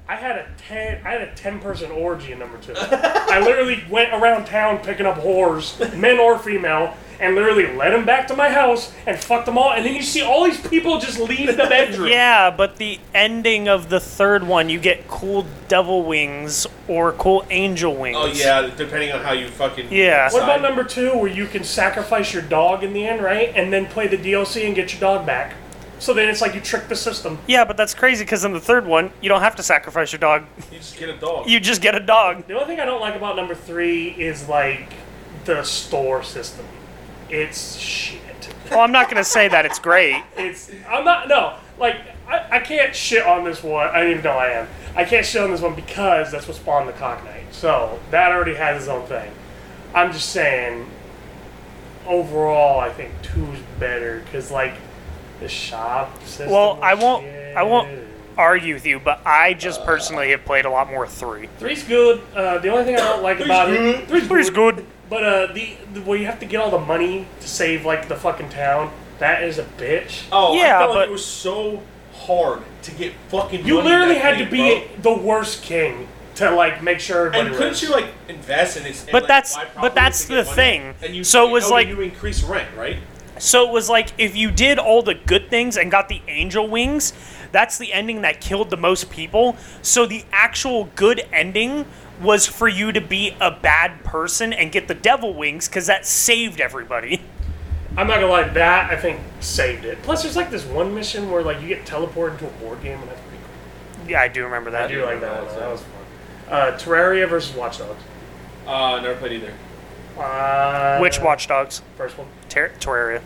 Speaker 2: I had a ten. I had a ten-person orgy in number two. I literally went around town picking up whores, men or female, and literally led them back to my house and fucked them all. And then you see all these people just leave the bedroom.
Speaker 4: Yeah, but the ending of the third one, you get cool devil wings or cool angel wings.
Speaker 3: Oh yeah, depending on how you fucking
Speaker 4: Yeah.
Speaker 2: What about
Speaker 3: decide.
Speaker 2: number two, where you can sacrifice your dog in the end, right? And then play the DLC and get your dog back. So then it's like you trick the system.
Speaker 4: Yeah, but that's crazy because in the third one, you don't have to sacrifice your dog.
Speaker 3: You just get a dog.
Speaker 4: You just get a dog.
Speaker 2: The only thing I don't like about number three is like the store system. It's shit.
Speaker 4: Well, I'm not going to say that it's great.
Speaker 2: It's I'm not no like I, I can't shit on this one. I don't even know I am. I can't shit on this one because that's what spawned the Cock Knight. So that already has its own thing. I'm just saying. Overall, I think two's better because like the shop system.
Speaker 4: Well, I
Speaker 2: is
Speaker 4: won't. I won't
Speaker 2: shit.
Speaker 4: argue with you, but I just personally have played a lot more three.
Speaker 2: Three's good. Uh, the only thing I don't like about it, three's,
Speaker 4: Three's good.
Speaker 2: But uh, the, the where you have to get all the money to save like the fucking town, that is a bitch.
Speaker 3: Oh,
Speaker 4: Yeah,
Speaker 3: I felt
Speaker 4: but-
Speaker 3: like it was so hard to get fucking.
Speaker 2: You
Speaker 3: money
Speaker 2: literally
Speaker 3: that
Speaker 2: had
Speaker 3: day,
Speaker 2: to be
Speaker 3: bro.
Speaker 2: the worst king to like make sure everybody.
Speaker 3: And couldn't
Speaker 2: lives.
Speaker 3: you like invest in it?
Speaker 4: But that's- but that's the thing.
Speaker 3: And you,
Speaker 4: So it
Speaker 3: you
Speaker 4: was
Speaker 3: know that
Speaker 4: like-
Speaker 3: you increase rent, right?
Speaker 4: So it was like if you did all the good things and got the angel wings, that's the ending that killed the most people. So the actual good ending was for you to be a bad person and get the devil wings because that saved everybody.
Speaker 2: I'm not gonna lie, that I think saved it. Plus, there's like this one mission where like you get teleported into a board game, and that's pretty cool.
Speaker 4: Yeah, I do remember that.
Speaker 2: I do like that.
Speaker 3: that
Speaker 2: One.
Speaker 3: was-
Speaker 2: That was fun. Uh, Terraria versus Watch Dogs.
Speaker 3: Uh, never played either.
Speaker 2: Uh,
Speaker 4: Which Watchdogs?
Speaker 2: First one.
Speaker 4: Ter- Terraria.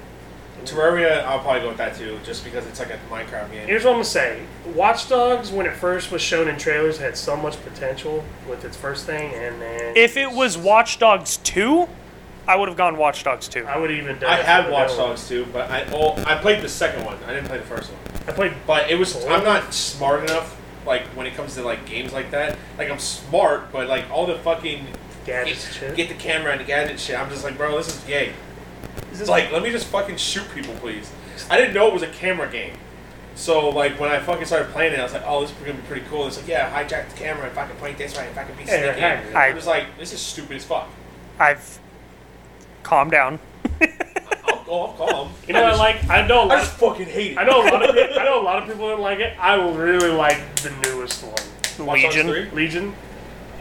Speaker 3: Terraria, I'll probably go with that too, just because it's like a Minecraft game.
Speaker 2: Here's what I'm gonna say: Watch Dogs, when it first was shown in trailers, had so much potential with its first thing, and then
Speaker 4: If it was Watchdogs 2, I would have gone Watchdogs 2.
Speaker 2: I would even.
Speaker 3: I have Watch
Speaker 2: watched
Speaker 3: Dogs too, but I oh, I played the second one. I didn't play the first one.
Speaker 2: I played.
Speaker 3: But it was I'm not smart enough like when it comes to like games like that. Like I'm smart, but like all the fucking
Speaker 2: Gadgets
Speaker 3: get,
Speaker 2: and shit?
Speaker 3: get the camera and the gadget shit. I'm just like, bro, this is gay. This is like, let me just fucking shoot people, please. I didn't know it was a camera game. So like when I fucking started playing it, I was like, oh, this is gonna be pretty cool. It's like, yeah, hijack the camera if I can point this right, if I can be
Speaker 2: Yeah,
Speaker 3: sneaky.
Speaker 2: yeah,
Speaker 4: yeah.
Speaker 3: I'm just like, this is stupid as fuck.
Speaker 4: I've calmed down.
Speaker 3: I'll, oh, I'm calm.
Speaker 2: You know, I like. I know. A
Speaker 3: I
Speaker 2: lot
Speaker 3: just fucking hate it.
Speaker 2: I know a lot of. pe- I know a lot of people don't like it. I really like the newest one,
Speaker 3: Watch Dogs
Speaker 4: Legion.
Speaker 3: 3?
Speaker 2: Legion.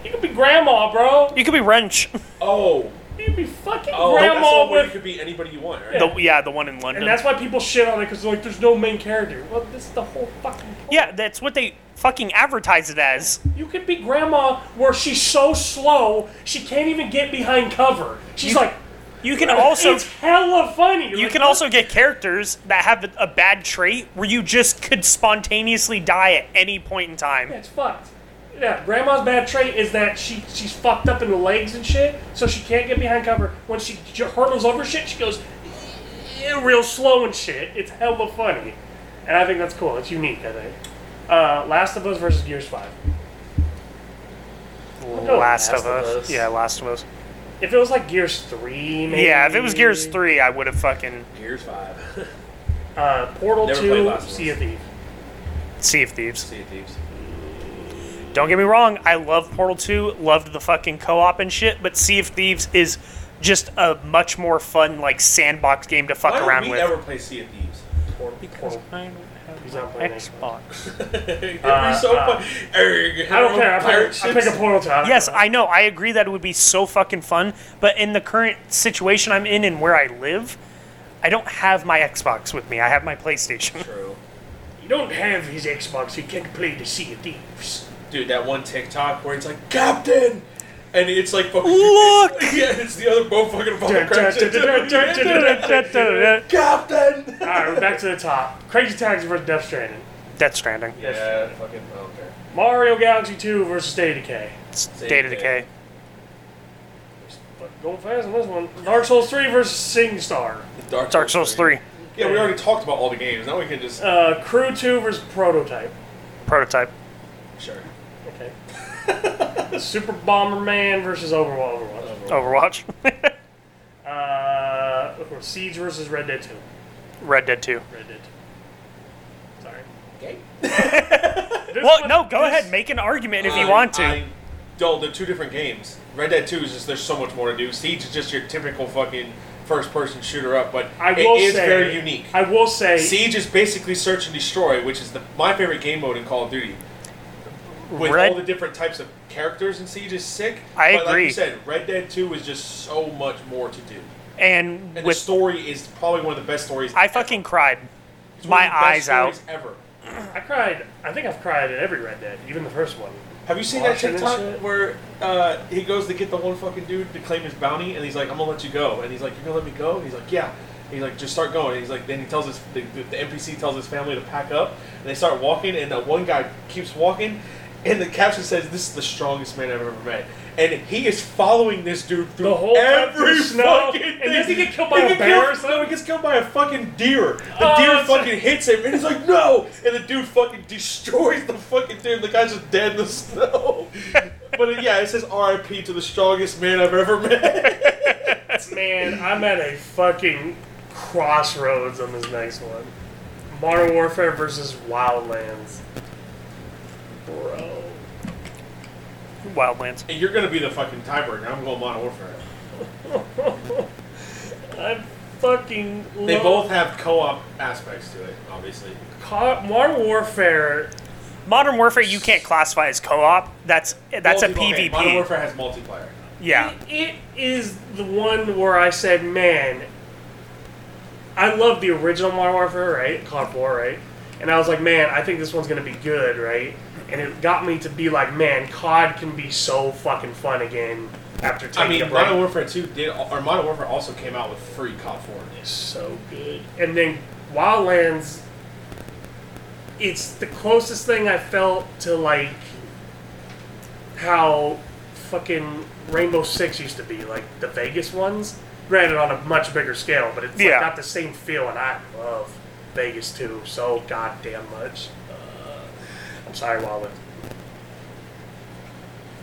Speaker 2: You could be grandma, bro.
Speaker 4: You could be Wrench.
Speaker 3: Oh,
Speaker 2: You could be fucking
Speaker 3: oh, that's the
Speaker 2: grandma
Speaker 3: one where you
Speaker 2: with.
Speaker 3: could be anybody you want, right?
Speaker 4: The, yeah, the one in London.
Speaker 2: And that's why people shit on it because like, there's no main character. Well, this is the whole fucking. Point.
Speaker 4: Yeah, that's what they fucking advertise it as.
Speaker 2: You could be grandma where she's so slow she can't even get behind cover. She's like,
Speaker 4: You can also
Speaker 2: it's hella funny. You're
Speaker 4: you
Speaker 2: like,
Speaker 4: can also get characters that have a bad trait where you just could spontaneously die at any point in
Speaker 2: yeah,
Speaker 4: time.
Speaker 2: it's fucked. Yeah, grandma's bad trait is that she she's fucked up in the legs and shit, so she can't get behind cover. When she j- hurdles over shit, she goes "Yeah," real slow and shit. It's hella funny, and I think that's cool. It's unique. I think. Uh, Last of Us versus Gears Five.
Speaker 4: Last, of,
Speaker 2: Last of
Speaker 4: us.
Speaker 2: Us.
Speaker 4: Yeah, Last of Us.
Speaker 2: If it was like Gears Three, maybe.
Speaker 4: Yeah, if it was Gears 3, I would have fucking
Speaker 3: Gears Five.
Speaker 2: uh, Portal
Speaker 3: Never played
Speaker 2: Two,
Speaker 3: Last of
Speaker 2: Sea
Speaker 3: Us.
Speaker 2: of Thieves.
Speaker 4: Sea of Thieves.
Speaker 3: Sea of Thieves.
Speaker 4: Don't get me wrong, I love Portal 2, loved the fucking co-op and shit, but Sea of Thieves is just a much more fun like sandbox game to fuck
Speaker 3: Why
Speaker 4: around
Speaker 3: don't we
Speaker 4: with.
Speaker 3: ever play Sea of Thieves?
Speaker 2: Portal. Portal. He's not playing
Speaker 4: Xbox.
Speaker 3: It'd be
Speaker 2: Uh,
Speaker 3: so
Speaker 2: uh,
Speaker 3: fun. Erg,
Speaker 2: I don't care. I
Speaker 3: pirate
Speaker 2: pick, I pick
Speaker 3: ships.
Speaker 2: a portal top.
Speaker 4: Yes, I know. I agree that it would be so fucking fun, but in the current situation I'm in and where I live, I don't have my Xbox with me. I have my PlayStation.
Speaker 3: True.
Speaker 2: You don't have his Xbox. He can't play the Sea of Thieves.
Speaker 3: Dude, that one TikTok where it's like Captain, and it's like fucking.
Speaker 4: Look!
Speaker 3: yeah, it's the other boat fucking falling
Speaker 4: Death
Speaker 3: Captain.
Speaker 2: All right, we're back to the top. Crazy Taxi versus Death Stranding.
Speaker 4: Stranding.
Speaker 3: Yeah, fucking. I don't care.
Speaker 2: Mario Galaxy 2 versus State of Decay.
Speaker 4: It's Data
Speaker 3: thing.
Speaker 4: Decay.
Speaker 2: But going fast on this one. Dark Souls 3 versus Sing Star.
Speaker 4: Dark Souls 3.
Speaker 3: Yeah, we already talked about all the games. Now we can just
Speaker 2: Uh, Crew 2 versus Prototype.
Speaker 4: Prototype.
Speaker 2: Uh,
Speaker 3: sure.
Speaker 2: Okay. Super Bomberman versus Overwatch.
Speaker 4: Overwatch.
Speaker 2: Uh, or Siege versus Red Dead 2.
Speaker 4: Red Dead 2.
Speaker 2: Red Dead 2. Sorry.
Speaker 3: Okay.
Speaker 2: This
Speaker 4: Well,
Speaker 2: one-
Speaker 4: no, go
Speaker 2: this-
Speaker 4: ahead. Make an argument if you want to.
Speaker 3: I, dull, they're two different games. Red Dead 2 is just there's so much more to do. Siege is just your typical fucking first person shooter up, but
Speaker 2: I
Speaker 3: it
Speaker 2: will
Speaker 3: is
Speaker 2: say,
Speaker 3: very unique.
Speaker 2: I will say,
Speaker 3: Siege is basically search and destroy, which is the, my favorite game mode in Call of Duty. With
Speaker 4: Red-
Speaker 3: all the different types of characters in Siege is sick.
Speaker 4: I
Speaker 3: but Like
Speaker 4: agree.
Speaker 3: you said, Red Dead 2 is just so much more to do.
Speaker 4: And
Speaker 3: And the
Speaker 4: with.
Speaker 3: story is probably one of the best stories.
Speaker 4: I fucking cried.
Speaker 3: it's one
Speaker 4: My
Speaker 3: of the best
Speaker 4: eyes out.
Speaker 3: stories Ever.
Speaker 2: I cried. I think I've cried at every Red Dead, even the first one.
Speaker 3: Have you seen
Speaker 2: Watching
Speaker 3: that
Speaker 2: and
Speaker 3: TikTok
Speaker 2: shit.
Speaker 3: where uh, he goes to get the one fucking dude to claim his bounty, and he's like, "I'm gonna let you go," and he's like, "You're gonna let me go?" He's like, "Yeah." He's like, "Just start going." And he's like, then he tells his the, the the NPC tells his family to pack up, and they start walking, and that one guy keeps walking, and the caption says, "This is the strongest man I've ever met," and he is following this dude through
Speaker 2: The whole
Speaker 3: every
Speaker 2: fucking snow.
Speaker 3: fucking
Speaker 2: And
Speaker 3: thing.
Speaker 2: doesn't he get killed by a
Speaker 3: get
Speaker 2: bear
Speaker 3: killed-
Speaker 2: or something?
Speaker 3: No, he gets killed by a fucking deer. The
Speaker 2: Oh,
Speaker 3: deer
Speaker 2: that's-
Speaker 3: fucking hits him, and he's like, "No!" And the dude fucking destroys the fucking deer. And the guy's just dead in the snow. but uh, yeah, it says "R.I.P. to the strongest man I've ever met."
Speaker 2: Man, I'm at a fucking crossroads on this next one. Modern Warfare versus Wildlands. Bro.
Speaker 4: Wildlands.
Speaker 3: and you're gonna be the fucking tiebreaker. I'm going Modern Warfare.
Speaker 2: I'm fucking.
Speaker 3: They
Speaker 2: love-
Speaker 3: both have co-op aspects to it, obviously.
Speaker 2: Ca- Modern Warfare.
Speaker 4: Modern Warfare you can't classify as co-op. That's that's a
Speaker 3: Multiple- okay,
Speaker 4: PvP.
Speaker 3: Modern Warfare has multiplayer.
Speaker 4: yeah.
Speaker 2: It is the one where I said, man, I love the original Modern Warfare, right? COD 4, right? And I was like, man, I think this one's gonna be good, right? And it got me to be like, man, COD can be so fucking fun again after taking
Speaker 3: I mean,
Speaker 2: a break.
Speaker 3: Modern Warfare 2 did, or Modern Warfare also came out with free COD 4.
Speaker 2: so good. And then Wildlands, it's the closest thing I felt to like how fucking Rainbow Six used to be, like the Vegas ones. Granted, on a much bigger scale, but it's like,
Speaker 4: Yeah.
Speaker 2: got the same feel, and I love Vegas too so goddamn much. Uh, I'm sorry, Wildlands.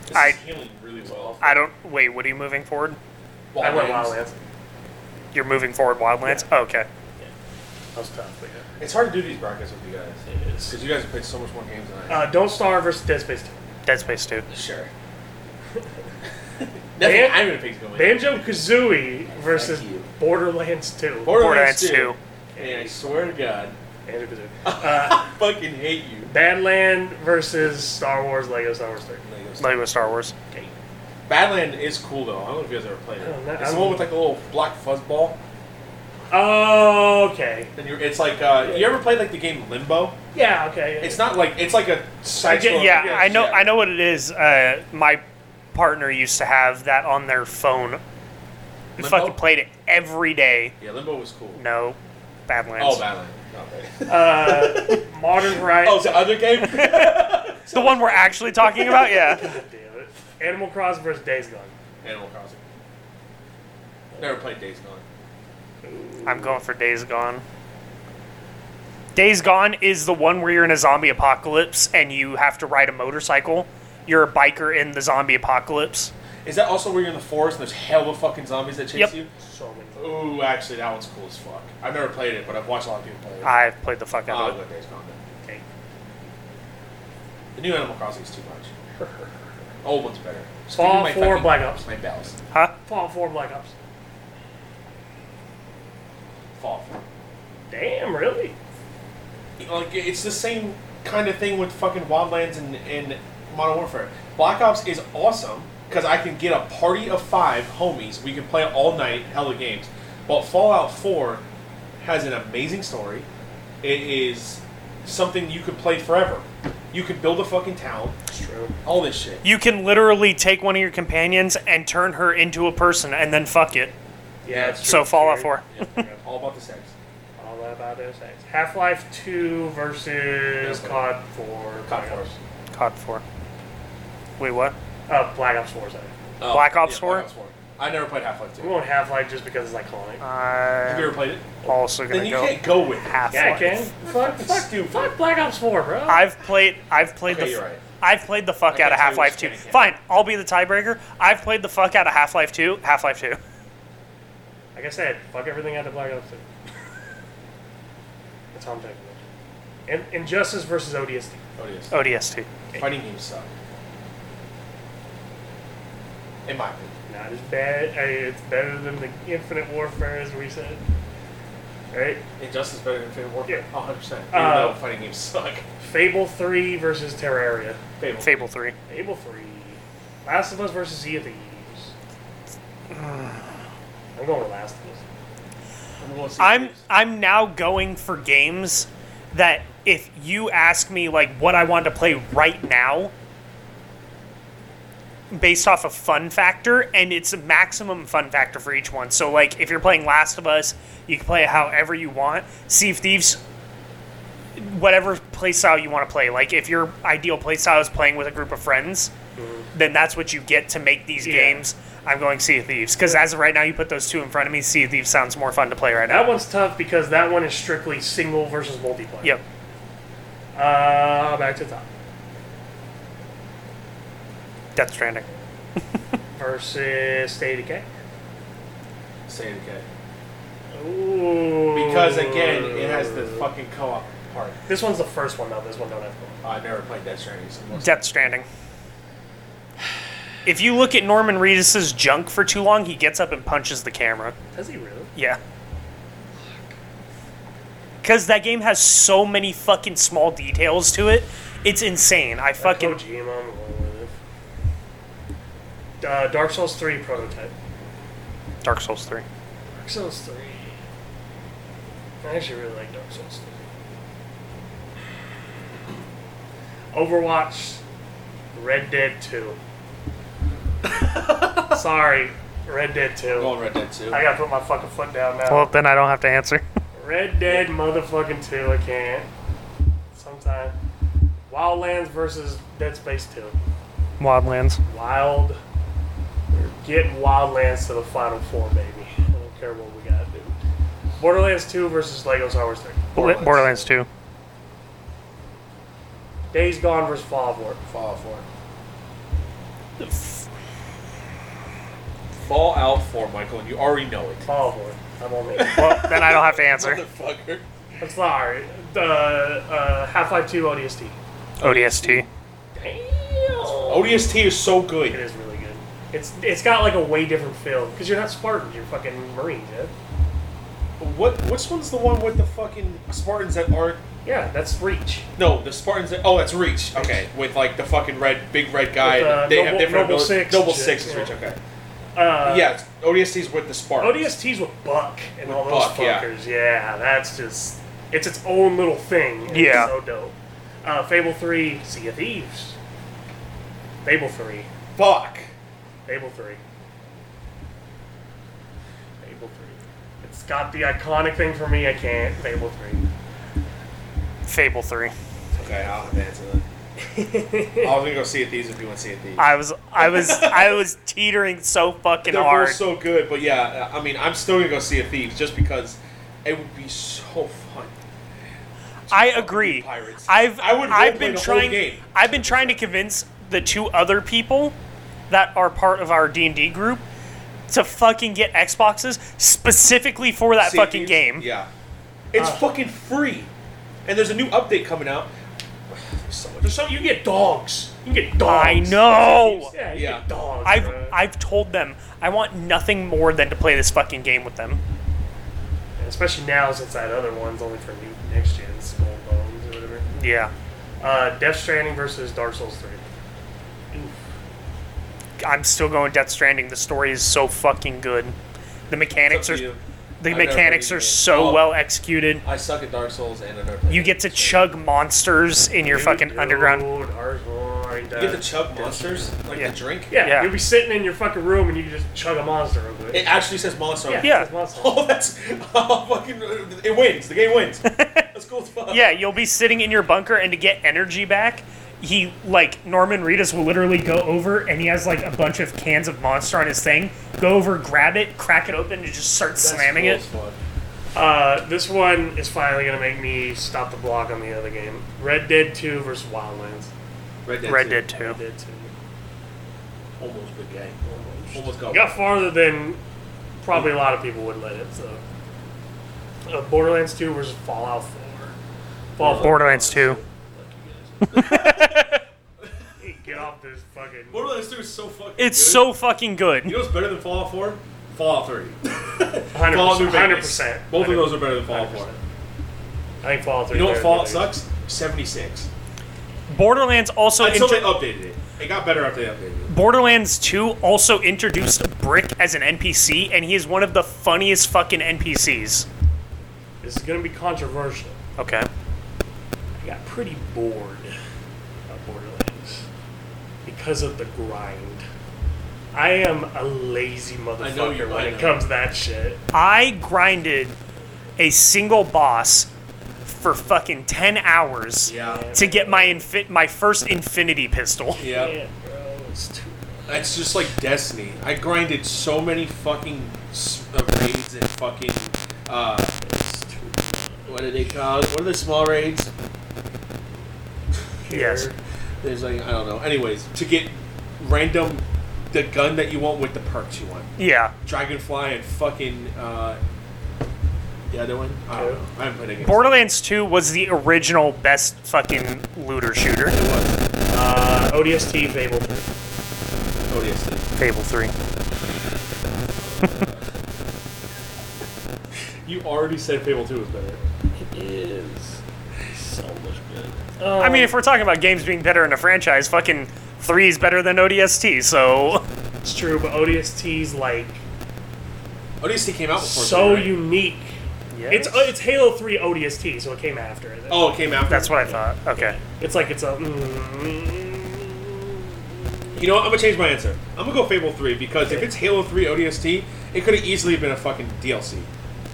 Speaker 3: This
Speaker 4: I-
Speaker 3: is healing really well.
Speaker 4: I don't wait, what are you moving forward?
Speaker 2: I went
Speaker 3: Wildlands.
Speaker 2: Wildlands.
Speaker 4: You're moving forward Wildlands? Okay.
Speaker 2: That was tough, but yeah.
Speaker 3: It's hard to do these brackets with you guys. Because you guys have played so much more games than I have.
Speaker 2: Uh, Don't Starve versus Dead Space 2.
Speaker 4: Dead Space 2.
Speaker 3: sure.
Speaker 2: Ban-
Speaker 3: I'm gonna pick going.
Speaker 2: Banjo Kazooie versus
Speaker 3: Thank you.
Speaker 2: Borderlands 2.
Speaker 4: Borderlands 2.
Speaker 3: And I swear to God,
Speaker 2: Banjo Kazooie.
Speaker 3: I fucking hate you.
Speaker 2: Badland versus Star Wars Lego Star Wars 3.
Speaker 4: Lego Star Wars.
Speaker 3: Badland is cool though. I don't know if you guys ever played it.
Speaker 2: I don't know.
Speaker 3: It's the one with like a little black fuzzball.
Speaker 2: Oh, okay.
Speaker 3: And you're, it's like, uh, you ever played like the game Limbo?
Speaker 2: Yeah, okay.
Speaker 3: It's not like, it's like a side
Speaker 4: Yeah,
Speaker 3: scroller-
Speaker 4: I know I know what it is. Uh, my partner used to have that on their phone. We
Speaker 3: Limbo?
Speaker 4: fucking played it every day.
Speaker 3: Yeah, Limbo was cool.
Speaker 4: No. Badlands.
Speaker 3: Oh, Badland. Not bad.
Speaker 2: uh, Modern
Speaker 3: oh,
Speaker 2: Horizons.
Speaker 3: the other game?
Speaker 4: the one we're actually talking about? Yeah.
Speaker 2: God damn it. Animal Crossing versus Days Gone.
Speaker 3: Animal Crossing. Never played Days Gone.
Speaker 4: I'm going for Days Gone. Days Gone is the one where you're in a zombie apocalypse and you have to ride a motorcycle. You're a biker in the zombie apocalypse.
Speaker 3: Is that also where you're in the forest and there's hella fucking zombies that chase
Speaker 4: Yep.
Speaker 3: you?
Speaker 2: So many.
Speaker 3: Ooh, actually, that one's cool as fuck. I've never played it, but I've watched a lot of people play it.
Speaker 4: I've played the fuck out
Speaker 3: Ah,
Speaker 4: of it.
Speaker 3: look, Days Gone then.
Speaker 2: Okay.
Speaker 3: The new Animal Crossing is too much. Old one's better. Just give me
Speaker 2: Fallout
Speaker 3: my
Speaker 2: 4
Speaker 3: fucking-
Speaker 2: Black Ops.
Speaker 3: My bells.
Speaker 4: Huh?
Speaker 2: Fallout 4 Black Ops.
Speaker 3: Fallout 4.
Speaker 2: Damn, really?
Speaker 3: like it's the same kind of thing with fucking Wildlands and, and Modern Warfare. Black Ops is awesome because I can get a party of five homies. We can play all night, hella games. But Fallout Four has an amazing story. It is something you could play forever. You could build a fucking town.
Speaker 2: It's true.
Speaker 3: All this shit.
Speaker 4: You can literally take one of your companions and turn her into a person and then fuck it.
Speaker 2: Yeah, it's
Speaker 4: So
Speaker 2: true.
Speaker 4: Fallout
Speaker 2: Very-
Speaker 4: 4.
Speaker 3: All about the sex.
Speaker 2: All about those things. Half Life 2 versus
Speaker 3: Yeah.
Speaker 2: COD 4.
Speaker 3: Cod Force.
Speaker 4: COD 4. Wait, what?
Speaker 2: Uh, Black Ops 4 is that.
Speaker 3: Oh,
Speaker 4: Black Ops
Speaker 3: yeah,
Speaker 4: 4?
Speaker 3: Black Ops Four. I never played Half Life
Speaker 2: We
Speaker 3: Two.
Speaker 2: won't Half Life just because it's iconic.
Speaker 3: Uh, Have you
Speaker 4: I'm
Speaker 3: ever played it?
Speaker 4: also
Speaker 3: Then
Speaker 4: gonna
Speaker 3: you
Speaker 4: go
Speaker 3: can't go with it.
Speaker 4: half.
Speaker 2: yeah, I can. Fuck, fuck,
Speaker 3: stupid.
Speaker 2: fuck Black Ops 4, bro.
Speaker 4: I've played. I've played
Speaker 3: Okay,
Speaker 4: the.
Speaker 3: you're
Speaker 4: f-
Speaker 3: right.
Speaker 4: I've played the fuck
Speaker 3: Okay,
Speaker 4: out of
Speaker 3: so you
Speaker 4: Half Life
Speaker 3: just
Speaker 4: Two.
Speaker 3: can't, yeah.
Speaker 4: Fine, I'll be the tiebreaker. I've played the fuck out of Half Life Two. Half Life Two.
Speaker 2: like I said, fuck everything out of Black Ops 2. That's how I'm taking it. In- Injustice versus ODST.
Speaker 3: Oh yes.
Speaker 4: ODST.
Speaker 3: Fighting games suck. In my opinion.
Speaker 2: Not as bad. I, it's better than the Infinite Warfare, as we said. Right?
Speaker 3: Injustice is better than Infinite Warfare.
Speaker 2: Yeah.
Speaker 3: A hundred percent. Even
Speaker 2: Uh,
Speaker 3: though fighting games suck.
Speaker 2: Fable 3 versus Terraria.
Speaker 3: Fable.
Speaker 4: Fable Three.
Speaker 2: Fable 3. Last of Us versus Sea of Thieves. I'm going with Last of Us.
Speaker 3: I'm going to see
Speaker 4: I'm
Speaker 3: Fables.
Speaker 4: I'm now going for games that if you ask me like what I want to play right now based off of fun factor and it's a maximum fun factor for each one. So like if you're playing Last of Us, you can play it however you want. Sea of Thieves whatever playstyle you want to play. Like if your ideal playstyle is playing with a group of friends, then that's what you get to make these
Speaker 2: Yeah.
Speaker 4: games. I'm going Sea of Thieves because as of right now, you put those two in front of me. Sea of Thieves sounds more fun to play right now.
Speaker 2: That one's tough because that one is strictly single versus multiplayer.
Speaker 4: Yep.
Speaker 2: Uh, back to top.
Speaker 4: Death Stranding.
Speaker 2: Versus State of Decay.
Speaker 3: Say it again.
Speaker 2: Ooh.
Speaker 3: Because again, it has the fucking co-op part.
Speaker 2: This one's the first one though. This one don't have. co-op.
Speaker 3: I never played Death Stranding. So most-
Speaker 4: Death Stranding. If you look at Norman Reedus's junk for too long, he gets up and punches the camera.
Speaker 2: Does he really?
Speaker 4: Yeah. Because that game has so many fucking small details to it. It's insane. I
Speaker 2: Oh,
Speaker 4: fucking.
Speaker 2: Kojima, I'm going with it. Uh, Dark Souls 3 prototype.
Speaker 4: Dark Souls 3.
Speaker 2: Dark Souls 3. I actually really like Dark Souls 3. Overwatch, Red Dead 2. Sorry, Red Dead 2.
Speaker 3: I'm going Red Dead 2.
Speaker 2: I gotta put my fucking foot down now.
Speaker 4: Well, then I don't have to answer.
Speaker 2: Red Dead motherfucking 2, I can't. Sometime. Wildlands versus Dead Space 2.
Speaker 4: Wildlands.
Speaker 2: Wild. Get Wildlands to the final four, baby. I don't care what we gotta do. Borderlands 2 versus Lego Star Wars 3.
Speaker 4: Borderlands, 2.
Speaker 2: Days Gone versus Fallout 4.
Speaker 3: Fallout 4. Fallout 4, Michael. You already know it.
Speaker 2: Fallout 4. I'm on it.
Speaker 4: Well, then I don't have to answer.
Speaker 3: Motherfucker.
Speaker 2: I'm sorry. The uh, Half-Life 2 ODST.
Speaker 4: ODST.
Speaker 3: ODST is so
Speaker 2: It
Speaker 3: good.
Speaker 2: is really good. It's it's got like a way different feel because you're not Spartans, you're fucking Marines, yeah.
Speaker 3: What? Which one's the one with the fucking Spartans that aren't?
Speaker 2: Yeah, that's Reach.
Speaker 3: No, the Spartans. That, oh, that's Reach. Okay, with like the fucking red, big red guy.
Speaker 2: With, uh,
Speaker 3: and they have
Speaker 2: Noble-
Speaker 3: different
Speaker 2: Noble
Speaker 3: abilities.
Speaker 2: Six
Speaker 3: Noble
Speaker 2: shit,
Speaker 3: Six is
Speaker 2: yeah.
Speaker 3: Reach. Okay.
Speaker 2: Uh,
Speaker 3: yeah, it's- ODST's with the Spartans.
Speaker 2: ODST's with Buck and
Speaker 3: With
Speaker 2: all those
Speaker 3: Buck, yeah.
Speaker 2: fuckers. Yeah. that's just it's its own little thing. and
Speaker 4: Yeah.
Speaker 2: it's so dope. Uh, Fable three, Sea of Thieves. Fable three,
Speaker 3: Fuck.
Speaker 2: Fable three, Fable three. It's got the iconic thing for me. I can't Fable three.
Speaker 4: Fable 3.
Speaker 3: Okay, I'll have to answer that. I was gonna go see it these if you want to see it these.
Speaker 4: I was I was I was teetering so fucking
Speaker 3: They're
Speaker 4: hard.
Speaker 3: both so good, but yeah, I mean, I'm still gonna go see a Thieves just because it would be so fun.
Speaker 4: I agree.
Speaker 3: Pirates.
Speaker 4: I've
Speaker 3: I would
Speaker 4: I've
Speaker 3: roleplay
Speaker 4: been
Speaker 3: the whole
Speaker 4: trying
Speaker 3: game.
Speaker 4: I've been trying to convince the two other people that are part of our D&D group to fucking get Xboxes specifically for that
Speaker 3: Sea of
Speaker 4: fucking
Speaker 3: Thieves?
Speaker 4: game.
Speaker 3: Yeah, it's fucking free, and there's a new update coming out. There's so much.
Speaker 2: There's some you can get dogs. You can get dogs.
Speaker 4: I know.
Speaker 2: Yeah, you
Speaker 3: Yeah.
Speaker 2: get dogs.
Speaker 4: I've
Speaker 3: Uh,
Speaker 2: bruh.
Speaker 4: I've told them I want nothing more than to play this fucking game with them.
Speaker 2: especially now since that other one's only for new next gen skull bones.
Speaker 4: Yeah.
Speaker 2: Uh, Death Stranding versus Dark Souls 3.
Speaker 4: I'm still going Death Stranding. The story is so fucking good. The
Speaker 3: It's
Speaker 4: mechanics
Speaker 3: up
Speaker 4: are
Speaker 3: to you.
Speaker 4: the
Speaker 3: I've never
Speaker 4: mechanics
Speaker 3: played the
Speaker 4: are
Speaker 3: game.
Speaker 4: so
Speaker 3: Oh.
Speaker 4: well executed.
Speaker 3: I suck at Dark Souls and I never played
Speaker 4: You
Speaker 3: it,
Speaker 4: get to
Speaker 3: so-
Speaker 4: chug monsters in your fucking
Speaker 2: Dude,
Speaker 4: underground.
Speaker 2: ours were-
Speaker 3: You get to chug monsters like
Speaker 4: Yeah.
Speaker 3: the drink.
Speaker 2: Yeah,
Speaker 4: Yeah.
Speaker 2: you'll be sitting in your fucking room and you can just chug a monster real quick.
Speaker 3: It actually says monster. on it.
Speaker 4: Yeah.
Speaker 2: it's monster.
Speaker 3: Oh, that's oh, fucking. It wins. The game wins. that's cool as fuck.
Speaker 4: Yeah, you'll be sitting in your bunker, and to get energy back, he like Norman Reedus will literally go over, and he has like a bunch of cans of Monster on his thing. Go over, grab it, crack it open, and just start
Speaker 3: That's
Speaker 4: slamming
Speaker 3: cool
Speaker 4: it.
Speaker 3: as fuck.
Speaker 2: Uh, this one is finally gonna make me stop the block on the other game. Red Dead 2 versus Wildlands.
Speaker 3: Red Dead.
Speaker 4: Red
Speaker 3: 2.
Speaker 4: Dead Two.
Speaker 2: Red Dead 2.
Speaker 3: Almost big game. Almost. Almost got.
Speaker 2: Got farther than probably a lot of people would let it. So, uh, Borderlands 2 versus Fallout 4. Fallout
Speaker 4: Borderlands Two.
Speaker 2: Get off this fucking.
Speaker 3: Borderlands 2 is so fucking.
Speaker 4: It's
Speaker 3: good.
Speaker 4: so fucking
Speaker 3: You
Speaker 4: good.
Speaker 3: know what's better than Fallout 4? Fallout 3.
Speaker 2: 100%.
Speaker 3: Fallout New Vegas.
Speaker 2: 100%.
Speaker 3: Both of those are better than Fallout 4.
Speaker 2: 100%. I think Fallout 3.
Speaker 3: You know what
Speaker 2: better
Speaker 3: Fallout
Speaker 2: than
Speaker 3: sucks? 76.
Speaker 4: Borderlands also
Speaker 3: Until they
Speaker 4: intro-
Speaker 3: updated it. It got better after they updated it.
Speaker 4: Borderlands 2 also introduced Brick as an NPC, and he is one of the funniest fucking NPCs.
Speaker 2: This is gonna be controversial.
Speaker 4: Okay.
Speaker 2: I got pretty bored of Borderlands because of the grind. I am a lazy motherfucker
Speaker 3: know you-
Speaker 2: when
Speaker 3: I
Speaker 2: it
Speaker 3: know.
Speaker 2: comes to that shit.
Speaker 4: I grinded a single boss for fucking 10 hours
Speaker 3: Yeah.
Speaker 4: to get my infin- my first infinity pistol.
Speaker 3: Yeah.
Speaker 2: Yeah, bro, it's too.
Speaker 3: It's just like Destiny. I grinded so many fucking s- uh, raids and fucking. Uh,
Speaker 2: It's too.
Speaker 3: what are they called? What are the small raids?
Speaker 4: Yes.
Speaker 3: There's like, I don't know. Anyways, to get random. The gun that you want with the perks you want.
Speaker 4: Yeah.
Speaker 3: Dragonfly and fucking. Uh, the other one? I don't know. I haven't played against
Speaker 4: Borderlands 2 was the original best fucking looter shooter.
Speaker 3: it. was.
Speaker 2: Uh, ODST Fable.
Speaker 3: Oh, yes, it is.
Speaker 4: Fable 3.
Speaker 3: You already said Fable 2 was better.
Speaker 2: It is so much better.
Speaker 4: I mean, if we're talking about games being better in a franchise, fucking 3 is better than ODST, so.
Speaker 2: It's true, but ODST's like
Speaker 3: ODST came out before.
Speaker 2: so
Speaker 3: three, right?
Speaker 2: unique. It's uh, it's Halo 3 ODST, so it came after it.
Speaker 3: Oh, it came out.
Speaker 4: That's what I thought. Okay.
Speaker 2: It's like it's a. Mm,
Speaker 3: You know what? I'm gonna change my answer. I'm gonna go Fable 3 because if it's Halo 3 ODST, it could have easily been a fucking DLC.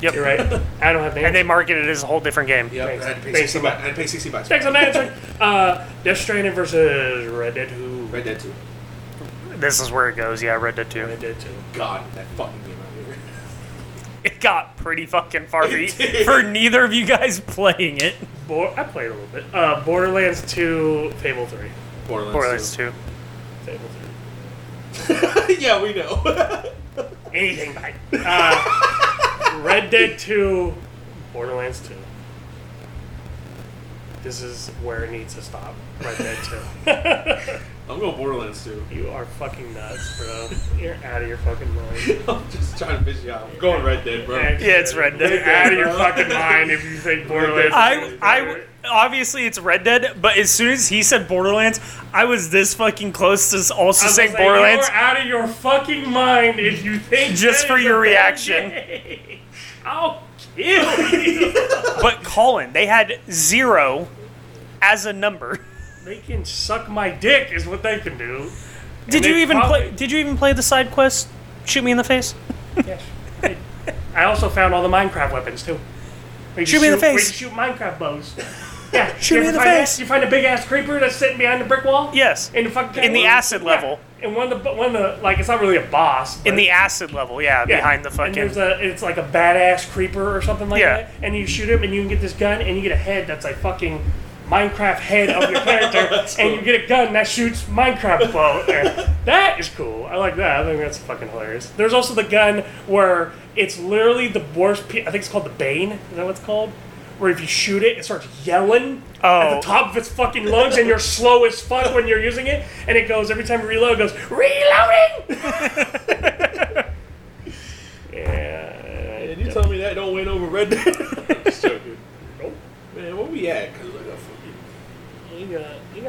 Speaker 4: Yep.
Speaker 2: you're right. I don't have the answer.
Speaker 4: And they marketed it as a whole different game.
Speaker 3: Yep.
Speaker 2: Thanks.
Speaker 3: I had to pay
Speaker 2: Thanks
Speaker 3: 60
Speaker 2: so
Speaker 3: bucks.
Speaker 2: much.
Speaker 3: I had to pay 60 bucks.
Speaker 2: Thanks, I'm answering. Uh, Death Stranding versus Red Dead 2.
Speaker 3: Red Dead 2.
Speaker 4: This is where it goes. Yeah, Red Dead 2.
Speaker 2: Red Dead 2.
Speaker 3: God, that fucking game out
Speaker 4: It got pretty fucking far for,
Speaker 3: It did.
Speaker 4: for neither of you guys playing it.
Speaker 2: Bo- I played a little bit. Uh, Borderlands 2, Fable 3.
Speaker 3: here. Borderlands,
Speaker 4: Borderlands 2.
Speaker 2: Fable
Speaker 3: 2. yeah, we know.
Speaker 2: 3. Anything by. Uh, Red Dead 2, Borderlands 2. This is where it needs to stop. Red Dead 2.
Speaker 3: I'm going Borderlands 2.
Speaker 2: you are fucking nuts, bro. You're out of your fucking mind.
Speaker 3: I'm just trying to piss you off. I'm going Red Dead, bro.
Speaker 2: Yeah,
Speaker 4: Yeah, it's Red Dead.
Speaker 2: You're out of your
Speaker 3: bro.
Speaker 2: fucking mind if you think Borderlands.
Speaker 4: I, I, obviously it's Red Dead, but as soon as he said Borderlands, I was this fucking close to s- also saying
Speaker 2: was like,
Speaker 4: Borderlands.
Speaker 2: You're out of your fucking mind if you think
Speaker 4: Just
Speaker 2: that
Speaker 4: for
Speaker 2: is
Speaker 4: your
Speaker 2: a bad
Speaker 4: reaction.
Speaker 2: game. I'll kill you.
Speaker 4: But Colin, they had zero as a number.
Speaker 2: they can suck my dick, is what they can do.
Speaker 4: Did
Speaker 2: they
Speaker 4: you even
Speaker 2: probably-
Speaker 4: play? Did you even play the side quest? Shoot me in the face.
Speaker 2: Yes. I also found all the Minecraft weapons too. We can
Speaker 4: Shoot me in the
Speaker 2: We
Speaker 4: face.
Speaker 2: can shoot Minecraft bows. Yeah.
Speaker 4: Shoot
Speaker 2: you
Speaker 4: me
Speaker 2: ever
Speaker 4: in the
Speaker 2: find that?
Speaker 4: face.
Speaker 2: You find a big ass creeper that's sitting behind the brick wall.
Speaker 4: Yes.
Speaker 2: In the fucking
Speaker 4: In the acid level.
Speaker 2: And one of the one of the like it's not really a boss.
Speaker 4: In
Speaker 2: but-
Speaker 4: the acid level, yeah,
Speaker 2: Yeah.
Speaker 4: behind the
Speaker 2: And
Speaker 4: fucking.
Speaker 2: there's a, it's like a badass creeper or something like
Speaker 4: Yeah.
Speaker 2: that, and you shoot him, and you can get this gun, and you get a head that's a fucking Minecraft head of your character, and you get a gun that shoots Minecraft bow. And that is cool. I like that. I think that's fucking hilarious. There's also the gun where it's literally the worst. Pe- I think it's called the Bane. Is that what it's called? Where if you shoot it, it starts yelling at
Speaker 4: Oh.
Speaker 2: the top of its fucking lungs, and you're slow as fuck when you're using it, and it goes every time you reload, it goes reloading. Yeah.
Speaker 3: And you tell me that don't win over Red Dead. I'm just joking.
Speaker 2: Nope.
Speaker 3: Man, where we at? Cause I got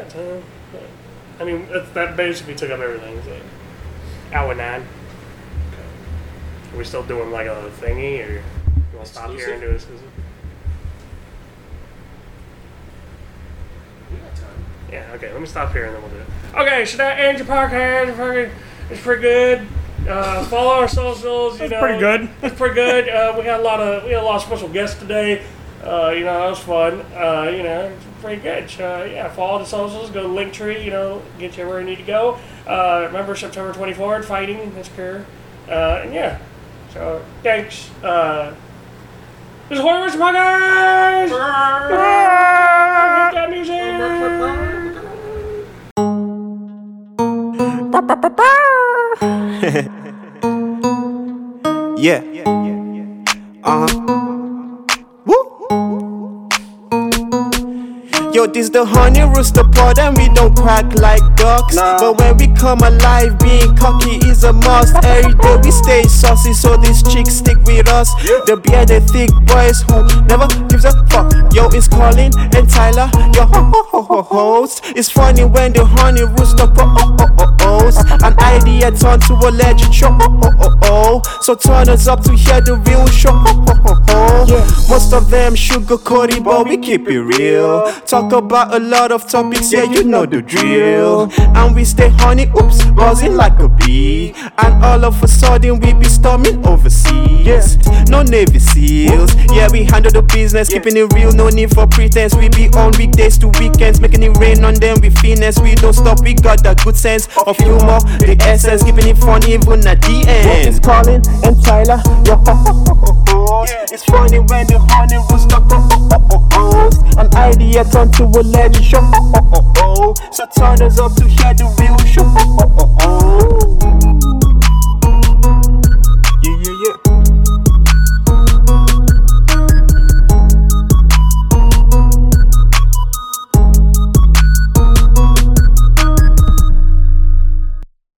Speaker 3: fucking
Speaker 2: that basically took up everything. It's like hour nine. Are we still doing like a thingy, or you want to stop here and do this?
Speaker 3: We got time.
Speaker 2: Yeah, okay, let me stop here and then we'll do it. Okay, so that ends your podcast. Fucking- It's pretty good. Uh, follow our socials. You
Speaker 4: That's
Speaker 2: know,
Speaker 4: pretty good.
Speaker 2: It's pretty good. Uh, we got a lot of we had a lot of special guests today. Uh, you know, that was fun. Uh, you know, it's pretty good. So, Uh, yeah, follow the socials. Go to Linktree. You know, get you where you need to go. Uh, remember September twenty fourth, fighting That's Kerr. Uh, and yeah, so thanks. Uh, this is Horror Rich Podcast. Hit that music.
Speaker 6: Yeah. Uh huh. Woo. Yo, this the honey rooster pod, and we don't quack like ducks. But when we come alive, being cocky is a must. Every day we stay saucy, so these chicks stick with us. The beard, the thick boys who never gives a fuck. Yo, it's Colin and Tyler, your ho ho ho ho host. It's funny when the honey rooster pod oh oh oh ohs. An idea turned to a legend show oh oh oh oh. So turn us up to hear the real show oh oh oh oh. Most of them sugar coated, but we keep it real. Talk about a lot of topics, yeah, you know the drill. And we stay honey, oops, buzzing like a bee. And all of a sudden, we be storming overseas. No Navy SEALs, yeah, we handle the business, keeping it real, no need for pretense. We be on weekdays to weekends, making it rain on them with finesse. We don't stop, we got that good sense of humor, the essence, keeping it fun even at the end. It's Colin and Tyler, It's funny when the honey rooster crows. An idea turned to a legend show. So turn us up to hear the real show.